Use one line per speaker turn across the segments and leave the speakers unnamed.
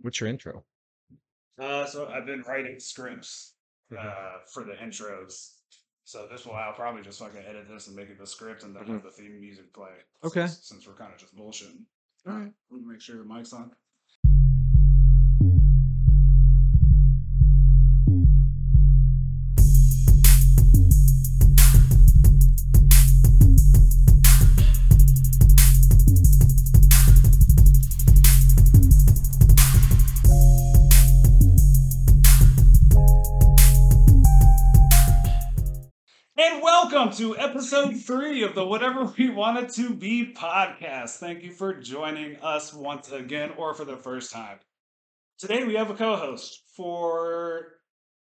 What's your intro?
Uh, so I've been writing scripts
Mhm.
uh, for the intros. So this will I'll probably just fucking edit this and make it the script and then have the theme music play.
Mm-hmm. Okay.
Since, since we're kind of just bullshitting.
All right.
Let me make sure the mic's on. And welcome to episode three of the Whatever We Wanted to Be podcast. Thank you for joining us once again or for the first time. Today we have a co host for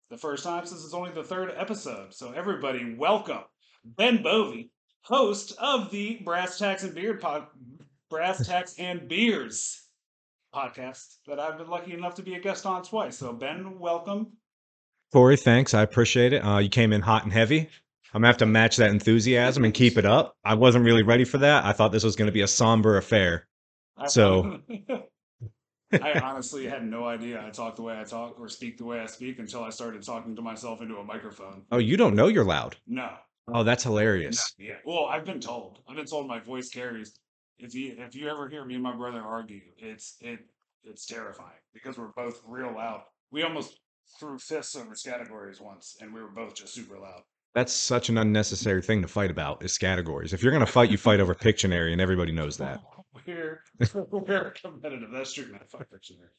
the first time since it's only the third episode. So, everybody, welcome Ben Bovey, host of the Brass Tacks and Beard pod, Brass Tacks and Beers podcast that I've been lucky enough to be a guest on twice. So, Ben, welcome.
Corey, thanks. I appreciate it. Uh, you came in hot and heavy. I'm gonna have to match that enthusiasm and keep it up. I wasn't really ready for that. I thought this was gonna be a somber affair.
I-
So-
I honestly had no idea I talk the way I talk or speak the way I speak until I started talking to myself into a microphone.
Oh, you don't know you're loud.
No.
Oh, that's
no,
hilarious.
yeah. Well, I've been told. I've been told my voice carries. If you if you ever hear me and my brother argue, it's it it's terrifying because we're both real loud. We almost threw fists over categories once, and we were both just super loud.
That's such an unnecessary thing to fight about is categories. If you're gonna fight, you fight over Pictionary, and everybody knows that.
We're we're competitive. That's true. Not fuck dictionary.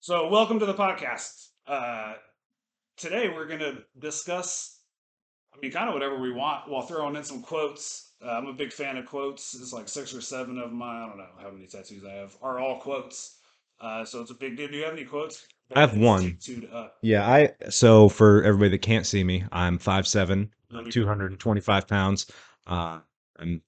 So welcome to the podcast. Uh, today we're gonna discuss. I mean, kind of whatever we want, while throwing in some quotes. Uh, I'm a big fan of quotes. It's like six or seven of my. I don't know how many tattoos I have. Are all quotes. Uh, so it's a big deal. Do you have any quotes?
I have one.
Tattooed up.
Yeah, I so for everybody that can't see me, I'm five seven,
Let me-
225 pounds. Uh, I'm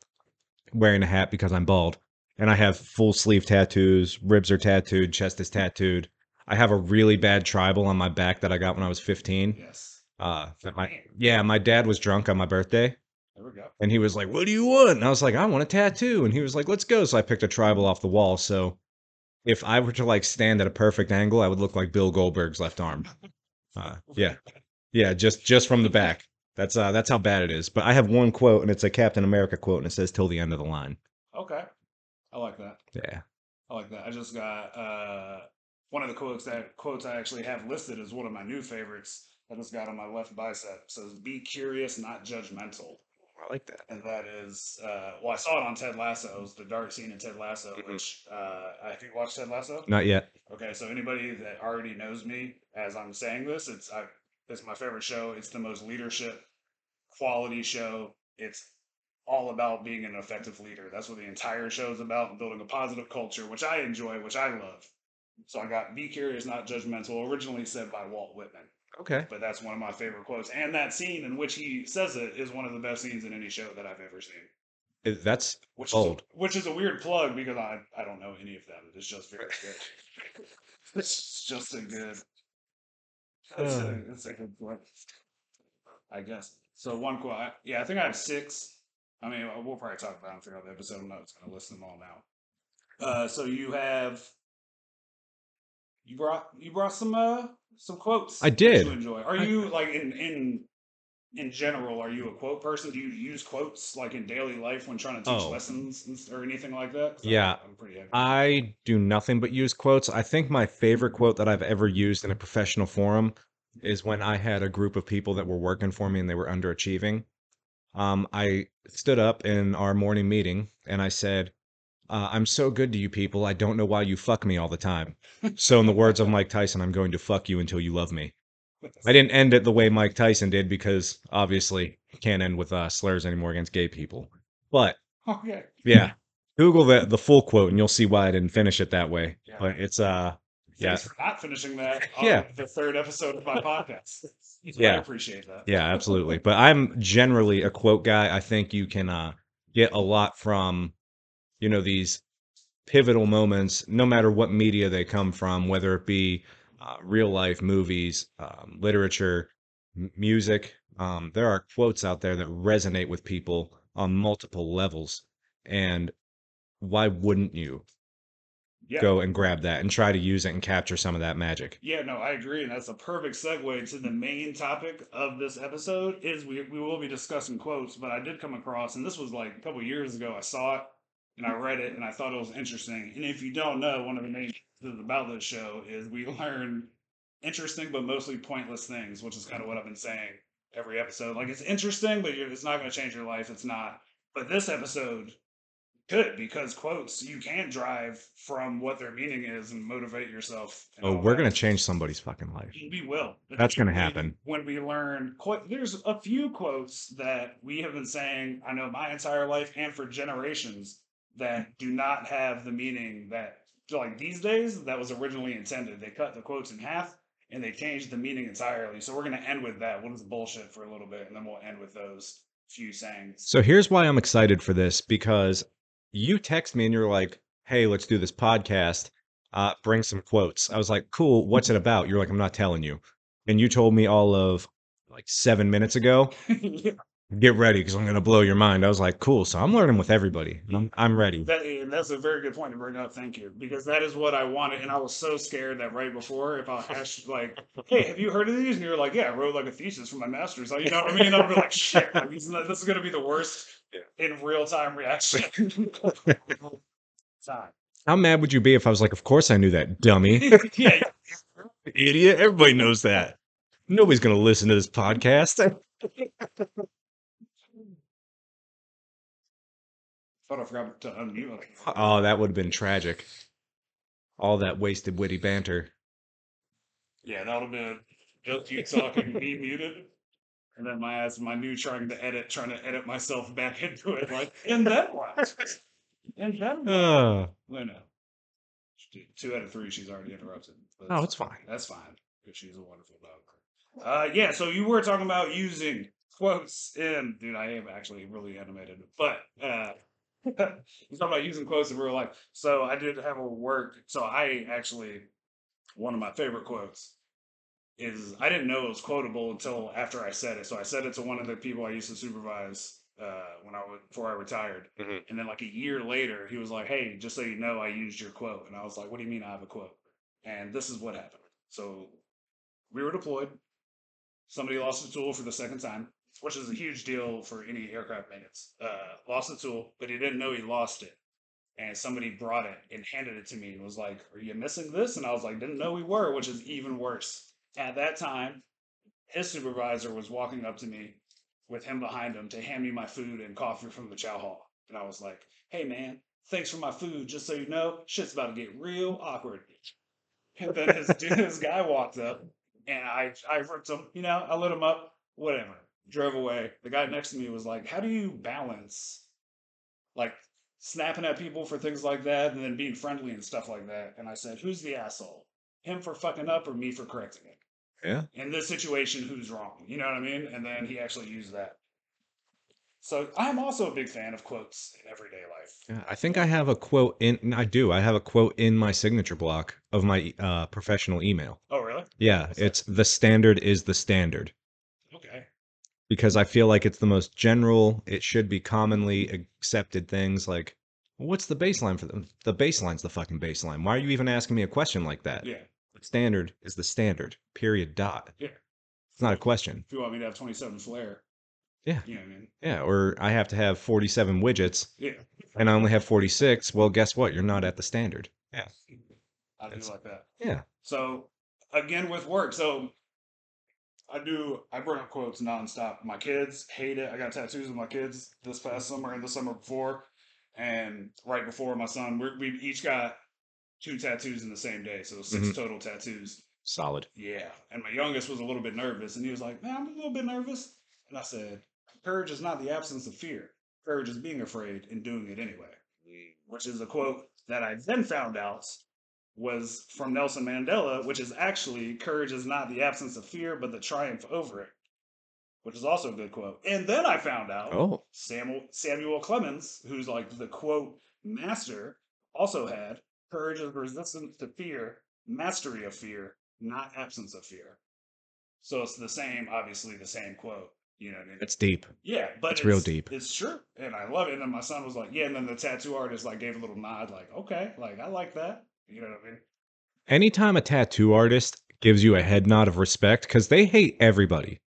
wearing a hat because I'm bald, and I have full sleeve tattoos. Ribs are tattooed, chest is tattooed. I have a really bad tribal on my back that I got when I was 15.
Yes.
Uh, that my
Man,
yeah, my dad was drunk on my birthday,
There we go.
and he was like, "What do you want?" And I was like, "I want a tattoo." And he was like, "Let's go." So I picked a tribal off the wall. So if I were to like stand at a perfect angle, I would look like Bill Goldberg's left arm. Uh, yeah. Yeah, just just from the back. That's uh that's how bad it is. But I have one quote and it's a Captain America quote and it says till the end of the line.
Okay. I like that.
Yeah.
I like that. I just got uh, one of the quotes that quotes I actually have listed as one of my new favorites. I just got on my left bicep. Says, "Be curious, not judgmental,"
Oh, I like that.
and that is uh, well, I saw it on Ted Lasso. It was the dark scene in Ted Lasso.
Mhm.
Which uh, have you watched Ted Lasso?
Not yet.
Okay, so anybody that already knows me as I'm saying this, it's I, it's my favorite show. It's the most leadership quality show. It's all about being an effective leader. That's what the entire show is about, building a positive culture, which I enjoy, which I love. So I got "Be curious, not judgmental," originally said by Walt Whitman,
Okay.
but that's one of my favorite quotes. And that scene in which he says it is one of the best scenes in any show that I've ever seen.
That's
Which
Bold.
is a, which is a weird plug because I I don't know any of them. It's just very good. it's just a good. It's a,
Uh.
it's a good plug. I guess. So one quote. I- Yeah, I think I have six. I mean, we'll probably talk about them throughout the episode. I'm not going to list them all now. Uh, so you have. You brought you brought some uh some quotes.
I
that you
did.
enjoy. Are
I-
you like in in in general, are you a quote person? Do you use quotes like in daily life when trying to teach
Oh.
lessons and s- or anything like that? 'Cause I'm-
Yeah.
I'm pretty heavy.
I do nothing but use quotes. I think my favorite quote that I've ever used in a professional forum is when I had a group of people that were working for me and they were underachieving. Um, I stood up in our morning meeting and I said, uh, I'm so good to you people. I don't know why you fuck me all the time. So, in the words of Mike Tyson, I'm going to fuck you until you love me. Uh, I didn't end it the way Mike Tyson did because obviously you can't end with uh, slurs anymore against gay people. But
Okay.
yeah, Google the the full quote and you'll see why I didn't finish it that way.
Yeah.
But it's uh yeah.
Thanks for not finishing that on
Yeah.
the third episode of my podcast. I
Yeah.
appreciate that.
Yeah, absolutely. But I'm generally a quote guy. I think you can uh, get a lot from, you know, these pivotal moments, no matter what media they come from, whether it be uh, real life, movies, um, literature, m- music. Um, there are quotes out there that resonate with people on multiple levels. And why wouldn't you?
Yeah.
go and grab that and try to use it and capture some of that magic.
Yeah, no, I agree, and that's a perfect segue to the main topic of this episode. Is we we will be discussing quotes, but I did come across, and this was like a couple years ago. I saw it and I read it, and I thought it was interesting. And if you don't know, one of the main things about this show is we learn interesting but mostly pointless things, which is kind of what I've been saying every episode. Like it's interesting, but you're, it's not going to change your life. It's not. But this episode could because quotes you can drive from what their meaning is and motivate yourself. and all
Oh, we're
that.
going to change somebody's fucking life.
We will.
That's gonna
When-
happen.
When we learn, qu- there's a few quotes that we have been saying, I know my entire life and for generations, that do not have the meaning that, like these days, that was originally intended. They cut the quotes in half and they changed the meaning entirely. So we're going to end with that. What is bullshit for a little bit, and then we'll end with those few sayings.
So here's why I'm excited for this because you text me and you're like, "Hey, let's do this podcast. Uh, bring some quotes." I was like, "Cool. What's it about?" You're like, "I'm not telling you." And you told me all of like seven minutes ago.
Yeah,
Get ready because I'm gonna blow your mind. I was like, "Cool." So I'm learning with everybody. and I'm, I'm ready.
That, and that's a very good point to bring up. Thank you, because that is what I wanted, and I was so scared that right before, if I asked like, "Hey, have you heard of these?" and you're like, "Yeah, I wrote like a thesis for my master's," you know what I mean? And I'm like, "Shit, like, this is not- this is gonna be the worst in real time reaction." time.
How mad would you be if I was like, "Of course I knew that, dummy,
yeah,
idiot. Everybody knows that. Nobody's gonna listen to this podcast."
but I forgot to unmute. Like,
Oh, that would have been tragic. All that wasted witty banter.
yeah, that'll be just you talking, me muted. And then my ass, my new trying to edit, trying to edit myself back into it, like, and then what? And then what?
Uh,
Luna. She- Two out of three, she's already interrupted. but
no, Oh, it's fine.
that's fine. 'cause She's a wonderful dog. Uh, yeah. So you were talking about using quotes in, dude. I am actually really animated, but uh, you talking about using quotes in real life. So I did have a work. So I actually one of my favorite quotes is I didn't know it was quotable until after I said it. So I said it to one of the people I used to supervise uh, when I was before I retired,
Mhm.
and then like a year later, he was like, "Hey, just so you know, I used your quote," and I was like, "What do you mean I have a quote?" And this is what happened. So we were deployed. Somebody lost a tool for the second time, which is a huge deal for any aircraft maintenance. Uh, lost a tool, but he didn't know he lost it. And somebody brought it and handed it to me and was like, Are you missing this? And I was like, Didn't know we were, which is even worse. At that time, his supervisor was walking up to me with him behind him to hand me my food and coffee from the chow hall. And I was like, Hey, man, thanks for my food. Just so you know, shit's about to get real awkward. And then his, his guy walked up and I I ripped him, you know, I lit him up, whatever. Drove away. The guy next to me was like, "How do you balance like snapping at people for things like that and then being friendly and stuff like that?" And I said, "Who's the asshole? Him for fucking up or me for correcting it?"
Yeah.
In this situation, who's wrong? You know what I mean? And then he actually used that. So I'm also a big fan of quotes in everyday life.
Yeah, I think I have a quote in. n- I do. I have a quote in my signature block of my e- uh, professional email.
Oh, really?
Yeah,
What's that?
it's the standard is the standard
Okay.
because I feel like it's the most general. It should be commonly accepted things like, what's the baseline for them? The baseline's the fucking baseline. Why are you even asking me a question like that?
Yeah.
The standard is the standard. Period. Dot.
Yeah.
It's not a question.
If you want me to have 27 flair.
Yeah.
You know what I mean?
Yeah, or I have to have 47 widgets
Yeah.
and I only have 46. Well, guess what? You're not at the standard. Yeah.
I do
That's-
like that.
Yeah.
So again with work, so I do I bring up quotes nonstop. My kids hate it. I got tattoos of my kids this past summer and the summer before, and right before my son. We're, we each got two tattoos in the same day, so 6
Mhm.
total tattoos.
Solid.
Yeah, and my youngest was a little bit nervous, and he was like, "Man, I'm a little bit nervous." And I said, "Courage is not the absence of fear. Courage is being afraid and doing it anyway." which is a quote that I then found out was from Nelson Mandela, which is actually courage is not the absence of fear, but the triumph over it, which is also a good quote. And then I found out
Oh.
Samuel, Samuel Clemens, who's like the quote master, also had courage is resistance to fear, mastery of fear, not absence of fear. So it's the same, obviously the same quote. You know what I mean?
It's deep.
Yeah, but
It's real deep.
It's true, and I love it. And then my son was like, "Yeah," and then the tattoo artist like gave a little nod, like, "Okay, like I like that." You know what I mean?
Anytime a tattoo artist gives you a head nod of respect, because they hate everybody,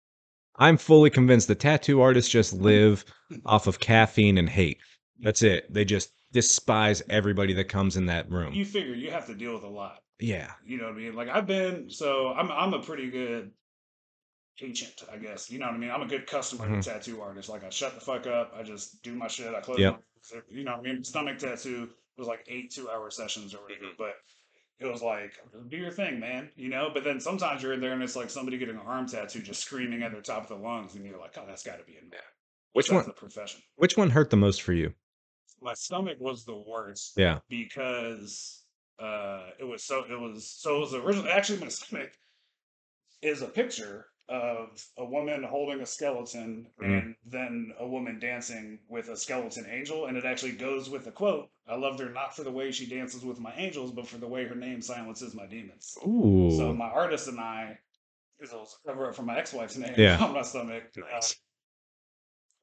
I'm fully convinced the tattoo artists just live off of caffeine and hate. That's it. They just despise everybody that comes in that room.
You figure you have to deal with a lot.
yeah.
You know what I mean? Like I've been so I'm I'm a pretty good agent, I guess. You know what I mean? I'm a good customer
Mhm.
to tattoo artists. Like I shut the fuck up. I just do my shit. I close.
Yep.
My, you know what I mean? Stomach tattoo was like eight two hour sessions or
Mm-hmm.
whatever, but. It was like, do your thing, man. You know, but then sometimes you're in there and it's like somebody getting an arm tattoo, just screaming at their top of the lungs, and you're like, oh, that's got to be in there.
Which
That's
one?
A profession.
Which one hurt the most for you?
My stomach was the worst
Yeah.
because uh it was so it was so it was originally actually my stomach is a picture of a woman holding a skeleton
Mhm.
and then a woman dancing with a skeleton angel and it actually goes with the quote i loved her not for the way she dances with my angels but for the way her name silences my demons
Ooh.
so my artist and i because it was a cover up for my ex-wife's name
Yeah.
on my stomach uh,
Nice.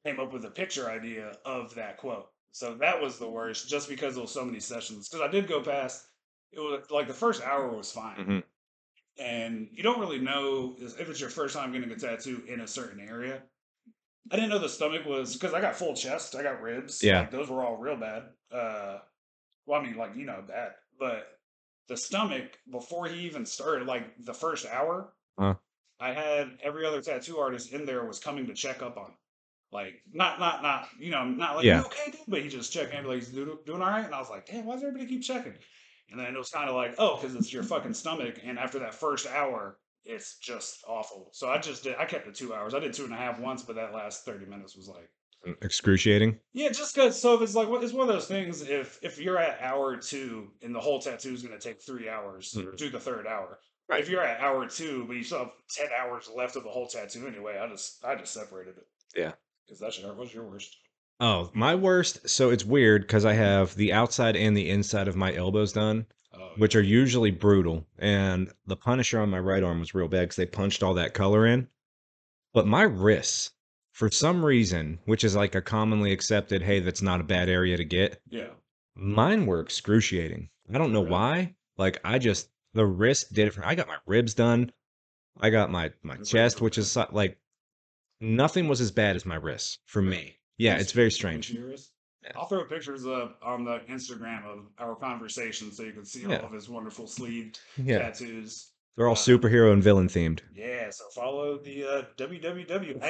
came up with a picture idea of that quote. So that was the worst, just because it was so many sessions. Because I did go past it was like the first hour was fine,
Mhm.
and you don't really know is- if it's your first time getting a tattoo in a certain area. I didn't know the stomach was because I got full chest, I got ribs,
Yeah.
like, those were all real bad. Uh, well, I mean, like you know bad, but the stomach before he even started, like the first hour,
Huh.
I had every other tattoo artist in there was coming to check up on. him. Like not not not you know not like
Yeah.
"You okay dude, but he just checked in like he's doing, doing all right and I was like damn why does everybody keep checking and then it was kind of like oh because it's your fucking stomach and after that first hour it's just awful so I just did I kept it two hours I did two and a half once but that last thirty minutes was like
Excruciating.
yeah, just because. So if it's like it's one of those things. If if you're at hour two and the whole tattoo is going to take three hours,
Mhm.
do the third hour.
Right.
If you're at hour two, but you still have ten hours left of the whole tattoo anyway, I just I just separated it.
Yeah.
because that shit hurt. What's your worst?
Oh, my worst. So it's weird because I have the outside and the inside of my elbows done,
Oh,
which are usually brutal. And the punisher on my right arm was real bad because they punched all that color in. But my wrists, for some reason, which is like a commonly accepted, hey, that's not a bad area to get,
yeah,
mine were excruciating. I don't know
Really?
why. Like I just the wrist did it for me. I got my ribs done. I got my my
Ribs
chest,
were
which is so- like nothing was as bad as my wrists for me. Yeah,
Yes.
it's very
What's
strange.
yours?
Yeah.
I'll throw pictures up on the Instagram of our conversation so you can see
Yeah.
all of his wonderful sleeved
Yeah,
tattoos.
they're all
Uh,
superhero and villain themed.
Yeah, so follow the uh, WWW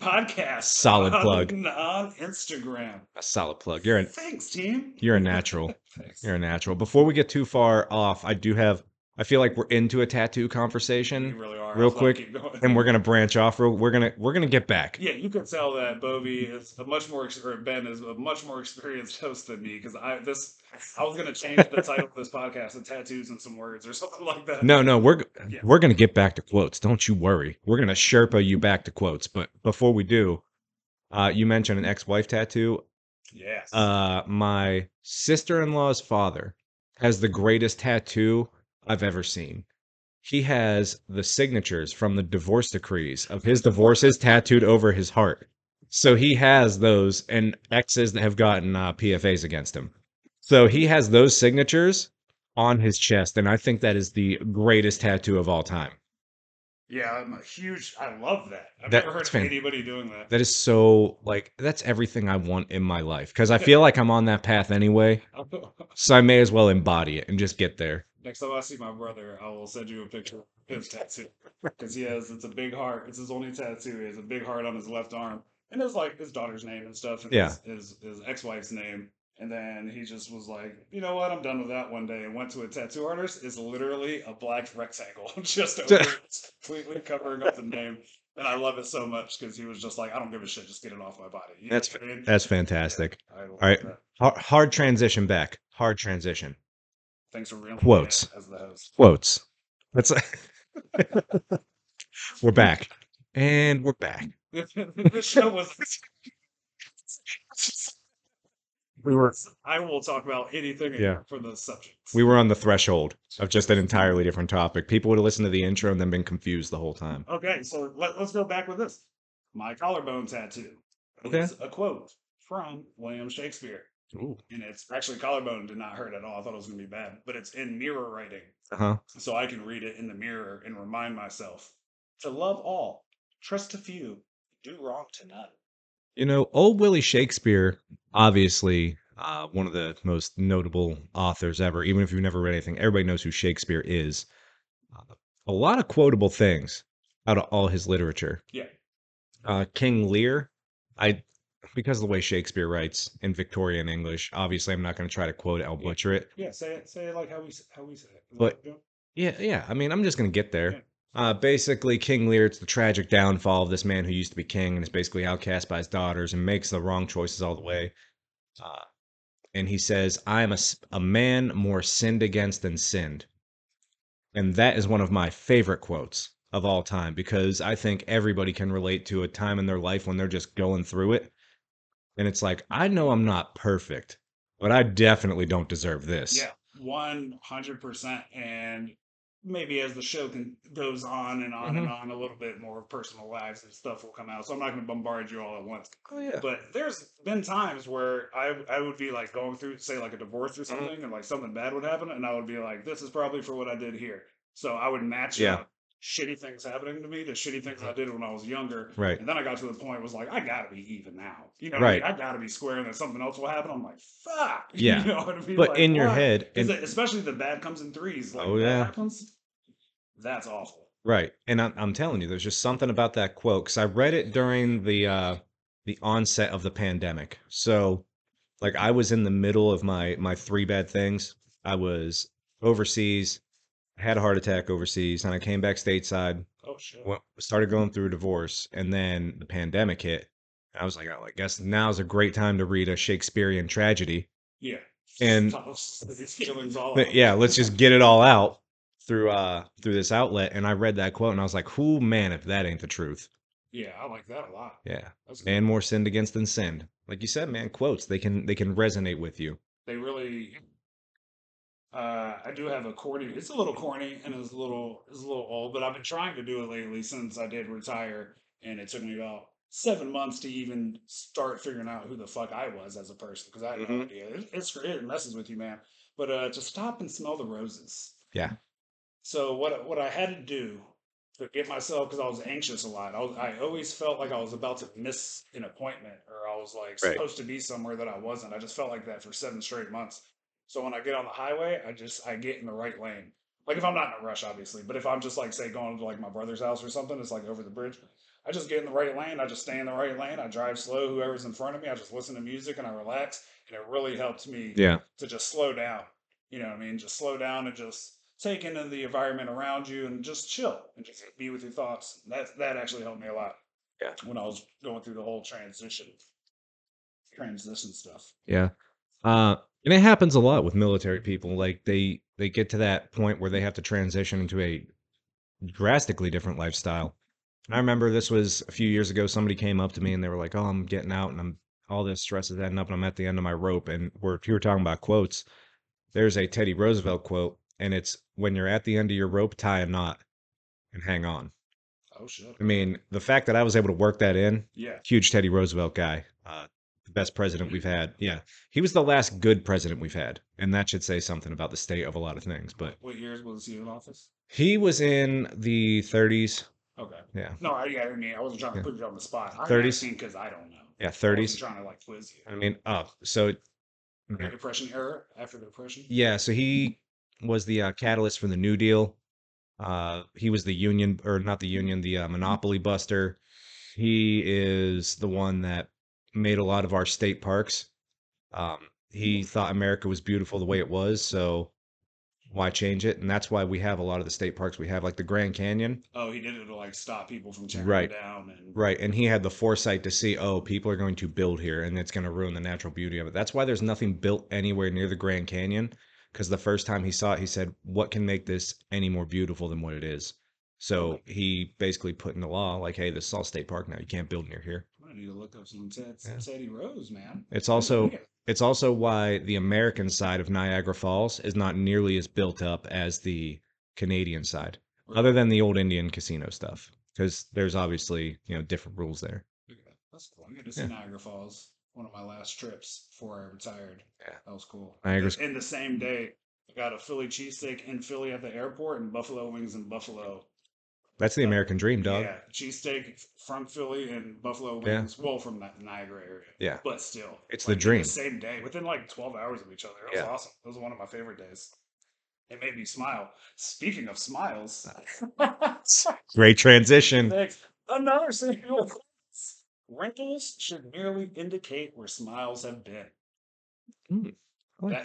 podcast.
Solid
on-
plug.
on Instagram.
A solid plug. You're a
Thanks, team.
you're a natural.
Thanks.
You're a natural. Before we get too far off, I do have. I feel like we're into a tattoo
You
conversation,
really are.
Real
That's why I keep
quick,
going.
and we're gonna branch off. Real, we're gonna we're gonna get back.
Yeah, you can tell that Bovie is a much more ex- or Ben is a much more experienced host than me because I this I was gonna change the title of this podcast to tattoos and some words or something like that.
No, no, we're
Yeah.
we're gonna get back to quotes. Don't you worry. We're gonna Sherpa
Mm-hmm.
you back to quotes. But before we do, uh, you mentioned an ex-wife tattoo.
Yes.
Uh, my sister-in-law's father has the greatest tattoo I've ever seen. He has the signatures from the divorce decrees of his divorces tattooed over his heart. So he has those and exes that have gotten uh, PFAs against him. So he has those signatures on his chest, and I think that is the greatest tattoo of all time.
yeah, I'm a huge. I love that. I've
That-
never heard
it's fan-
anybody doing that.
That is so like that's everything I want in my life because I feel like I'm on that path anyway, so I may as well embody it and just get there.
Next time I see my brother, I will send you a picture of his tattoo because he has it's a big heart. It's his only tattoo. He has a big heart on his left arm, and it's like his daughter's name and stuff. And
Yeah.
his, his his ex-wife's name. And then he just was like, you know what? I'm done with that one day. And went to a tattoo artist. It's literally a black rectangle just over it, it's completely covering up the name. And I love it so much because he was just like, I don't give a shit. Just get it off my body. You know
That's
what I mean?
That's fantastic.
I love
right.
that.
Hard, hard transition back. Hard transition.
Thanks for real
Quotes.
as the host.
Quotes. That's we're back and we're back.
this show was.
We were
I will talk about anything
Yeah.
for the subject.
we were on the threshold of just an entirely different topic. People would have listened to the intro and then been confused the whole time.
okay, so let, let's go back with this. My collarbone tattoo
Okay.
is a quote from William Shakespeare.
Ooh.
and it's actually collarbone did not hurt at all. I thought it was going to be bad, but it's in mirror writing,
Uh huh.
so I can read it in the mirror and remind myself to love all, trust a few, do wrong to none.
You know, old Willie Shakespeare, obviously uh, one of the most notable authors ever. Even if you've never read anything, everybody knows who Shakespeare is. Uh, a lot of quotable things out of all his literature.
Yeah.
Uh, King Lear, I because of the way Shakespeare writes in Victorian English, obviously I'm not going to try to quote it. I'll
Yeah.
butcher it.
Yeah, say it, say it like how we s- how we say it. Is that
But-
what you're doing?
Yeah, yeah. I mean, I'm just gonna get
Yeah.
there. Uh, basically, King Lear, it's the tragic downfall of this man who used to be king and is basically outcast by his daughters and makes the wrong choices all the way. Uh, and he says, I am a, s- a man more sinned against than sinned. And that is one of my favorite quotes of all time because I think everybody can relate to a time in their life when they're just going through it. And it's like, I know I'm not perfect, but I definitely don't deserve this.
Yeah, one hundred percent. And maybe as the show can, goes on and on and
Mm-hmm.
on, a little bit more of personal lives and stuff will come out. So I'm not going to bombard you all at once.
Oh, yeah.
But there's been times where I I would be like going through, say, like a divorce or something, and like something bad would happen, and I would be like, this is probably for what I did here. So I would match
Yeah.
up shitty things happening to me to shitty things I
Mhm.
did when I was younger.
Right.
And then I got to the point was like, I gotta be even now. You know, what I mean? I
Right.
gotta be square, and then something else will happen. I'm like, fuck.
Yeah.
You know what I mean?
But
Like,
in your
why?
head,
Is
and-
it, especially the bad comes in threes. Like,
Oh,
that
yeah.
happens. That's awful.
Right. And I'm, I'm telling you, there's just something about that quote because I read it during the uh, the onset of the pandemic. So, like, I was in the middle of my my three bad things. I was overseas, had a heart attack overseas, and I came back stateside,
Oh shit.
went, started going through a divorce, and then the pandemic hit. And I was like, oh, I guess now's a great time to read a Shakespearean tragedy.
yeah.
And
These killings all
But
out.
yeah, let's just get it all out through uh through this outlet. And I read that quote and I was like, "Who man, if that ain't the truth."
Yeah, I like that a lot.
Yeah,
That's good.
man, more sinned against than sinned. Like you said, man, quotes they can they can resonate with you.
they really uh I do have a corny it's a little corny and it's a little it's a little old, but I've been trying to do it lately since I did retire and it took me about seven months to even start figuring out who the fuck I was as a person because I had no
Mhm.
idea. It, it's it messes with you, man. But uh to stop and smell the roses.
Yeah.
So what what I had to do to get myself because I was anxious a lot. I was, I always felt like I was about to miss an appointment or I was like
Right.
supposed to be somewhere that I wasn't. I just felt like that for seven straight months. So when I get on the highway, I just I get in the right lane. Like if I'm not in a rush, obviously, but if I'm just like say going to like my brother's house or something, it's like over the bridge. I just get in the right lane. I just stay in the right lane. I drive slow. Whoever's in front of me, I just listen to music and I relax. And it really helps me
Yeah,
to just slow down. You know what I mean? Just slow down and just take into the environment around you and just chill and just be with your thoughts. That that actually helped me a lot.
Yeah.
When I was going through the whole transition transition stuff.
yeah. Uh, and it happens a lot with military people. Like they they get to that point where they have to transition into a drastically different lifestyle. And I remember this was a few years ago. Somebody came up to me and they were like, "Oh, I'm getting out, and I'm all this stress is adding up, and I'm at the end of my rope." And we're if you were talking about quotes, there's a Teddy Roosevelt quote, and it's when you're at the end of your rope, tie a knot and hang on.
Oh shit.
I mean, the fact that I was able to work that in,
Yeah.
huge Teddy Roosevelt guy, uh, the best president we've had. Yeah, he was the last good president we've had, and that should say something about the state of a lot of things. But
What years was he in office?
he was in the 30s.
Okay.
Yeah,
No, I, yeah, I mean, I wasn't trying to
Yeah.
put you on the spot. I'm
30s?
because I don't know. I
yeah,
wasn't
30s.
trying to like quiz you.
I mean, oh, so
The Depression era after the Depression.
yeah, so he was the uh, catalyst for the New Deal. Uh, he was the union, or not the union, the uh, monopoly buster. He is the one that made a lot of our state parks. Um, he thought America was beautiful the way it was, so why change it? And that's why we have a lot of the state parks we have, like the Grand Canyon.
Oh, he did it to like stop people from tearing
Right.
down and
Right. And he had the foresight to see, oh, people are going to build here and it's going to ruin the natural beauty of it. That's why there's nothing built anywhere near the Grand Canyon. Because the first time he saw it, he said, what can make this any more beautiful than what it is? So he basically put into law, like, hey, this is all state park now. You can't build near here.
I'm gonna need to look up some Ted,
Yeah.
Teddy Rose, man.
It's also it's also why the American side of Niagara Falls is not nearly as built up as the Canadian side, other than the old Indian casino stuff. Because there's obviously, you know, different rules there.
Look at that. That's cool. I'm going to see
Yeah.
Niagara Falls. one of my last trips before I retired.
Yeah.
That was cool.
Niagara's
In the same day, I got a Philly cheesesteak in Philly at the airport and buffalo wings in Buffalo.
that's the American dream, dog.
Yeah, cheesesteak from Philly and buffalo
Yeah.
wings. Well, from the Niagara area.
Yeah.
But still.
It's
like, in
the dream.
same day, within like 12 hours of each other. It was
Yeah.
awesome. It was one of my favorite days. It made me smile. Speaking of smiles,
Great transition.
Thanks. Another single. Wrinkles should merely indicate where smiles have been.
I like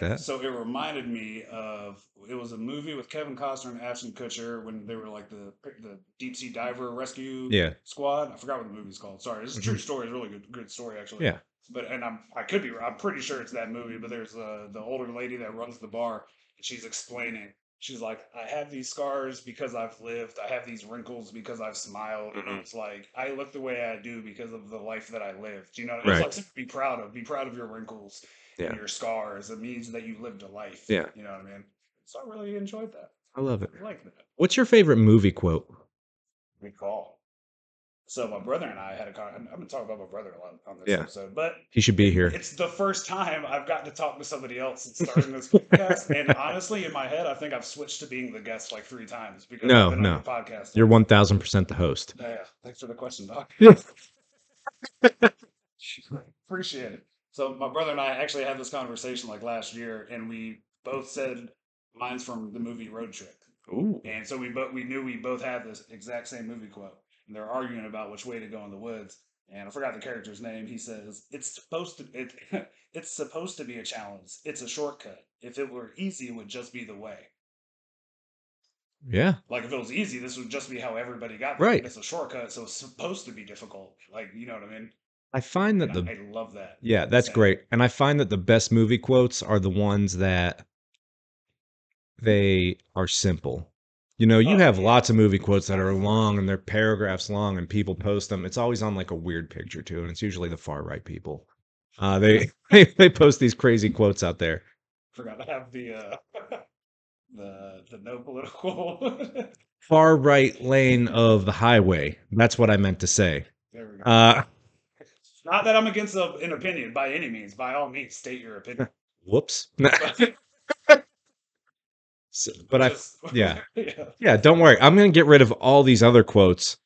That-
that.
So it reminded me of it was a movie with Kevin Costner and Ashton Kutcher when they were like the the deep sea diver rescue
Yeah.
squad. I forgot what the movie's called. Sorry, it's a true
Mhm.
story. It's a really good good story actually.
Yeah.
But and I'm I could be wrong. I'm pretty sure it's that movie. But there's uh, the older lady that runs the bar. and She's explaining. She's like, I have these scars because I've lived. I have these wrinkles because I've smiled. And
Mhm.
it's like I look the way I do because of the life that I lived. You know, it's
Right.
like something to be proud of. Be proud of your wrinkles
Yeah.
and your scars. It means that you lived a life.
Yeah.
You know what I mean? So I really enjoyed that.
I love it.
I like that.
What's your favorite movie quote?
Recall. So my brother and I had a con- I've been talking about my brother a lot on this
Yeah.
episode, but
He should be here.
it's the first time I've gotten to talk to somebody else since starting this podcast. And honestly, in my head, I think I've switched to being the guest like three times because
No,
I've been
no.
on your podcast.
You're one thousand percent the host.
Yeah, thanks for the question, Doc. Appreciate it. So my brother and I actually had this conversation like last year, and we both said mine's from the movie Road Trip,
Ooh.
and so we both we knew we both had this exact same movie quote, and they're arguing about which way to go in the woods. And I forgot the character's name. He says it's supposed to it, it's supposed to be a challenge. It's a shortcut. If it were easy, it would just be the way.
Yeah.
Like if it was easy, this would just be how everybody got there.
Right.
It's a shortcut, so it's supposed to be difficult. Like you know what I mean?
I find that
And I,
the
I love that.
yeah, that's
Same.
great. And I find that the best movie quotes are the ones that they are simple. You know, you
Oh,
have
yeah.
lots of movie quotes that are long and they're paragraphs long and people post them. It's always on like a weird picture too, and it's usually the far right people. Uh they they, they post these crazy quotes out there.
Forgot to have the uh, the the no political.
Far right lane of the highway. That's what I meant to say.
there we go.
Uh
Not that I'm against a, an opinion by any means. By all means, state your opinion.
whoops.
But
So- but I
just-
yeah.
yeah.
Yeah, don't worry. I'm going to get rid of all these other quotes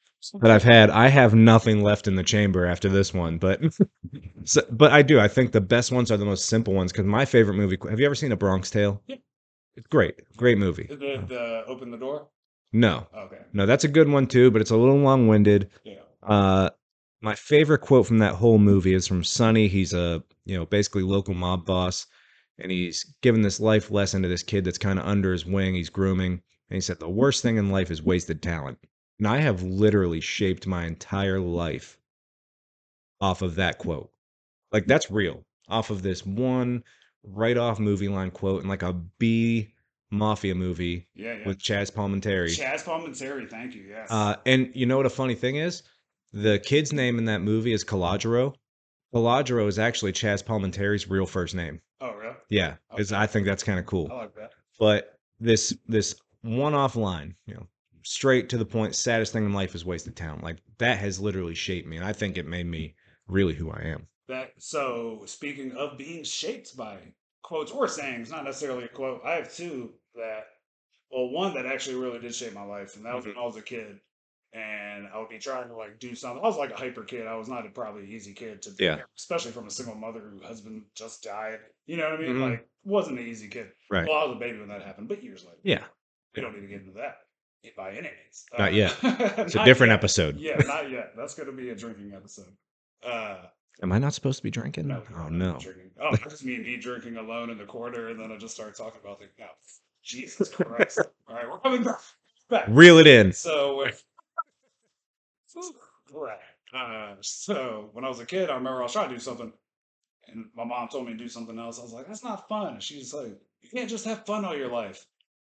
that I've had. I have nothing left in the chamber after this one, but so, but I do. I think the best ones are the most simple ones cuz my favorite movie Have you ever seen A Bronx Tale?
Yeah.
It's great. Great movie.
The, the uh, open the door.
No.
Okay.
No, that's a good one too, but it's a little long-winded.
Yeah.
Uh my favorite quote from that whole movie is from Sonny. He's a, you know, basically local mob boss and he's giving this life lesson to this kid that's kind of under his wing. He's grooming and he said the worst thing in life is wasted talent. And I have literally shaped my entire life off of that quote. Like that's real. Off of this one right off movie line quote in like a B mafia movie
Yeah. Yeah.
with Chaz Palminteri.
Chaz Palminteri. Thank you. Yes.
Uh, and you know what a funny thing is? The kid's name in that movie is Calogero. Calogero is actually Chaz Palminteri's real first name.
oh, really?
Yeah, is I think that's kind of cool.
I like that.
But this this one off line, you know, straight to the point. Saddest thing in life is wasted talent. Like that has literally shaped me, and I think it made me really who I am.
That so speaking of being shaped by quotes or sayings, not necessarily a quote. I have two that well, one that actually really did shape my life, and that was when
Mm-hmm.
I was a kid. And I would be trying to like do something. I was like a hyper kid. I was not a probably easy kid to
Yeah.
especially from a single mother whose husband just died. You know what I mean?
Mhm.
Like wasn't an easy kid.
Right.
Well, I was a baby when that happened, but years later.
Yeah,
We don't need to get into that eh, by any means.
Not yet.
it's
it's a different episode.
Yeah, not yet. That's gonna be a drinking episode. Uh
Am I not supposed to be drinking?
no,
oh
not
no.
Drinking. Oh, I just mean me drinking alone in the corner, and then I just start talking about the. No, Jesus Christ! All right, we're coming back. back.
Reel it in.
So, if- right. Uh, so when I was a kid, I remember I was trying to do something, and my mom told me to do something else. I was like, "That's not fun." She's like, "You can't just have fun all your life."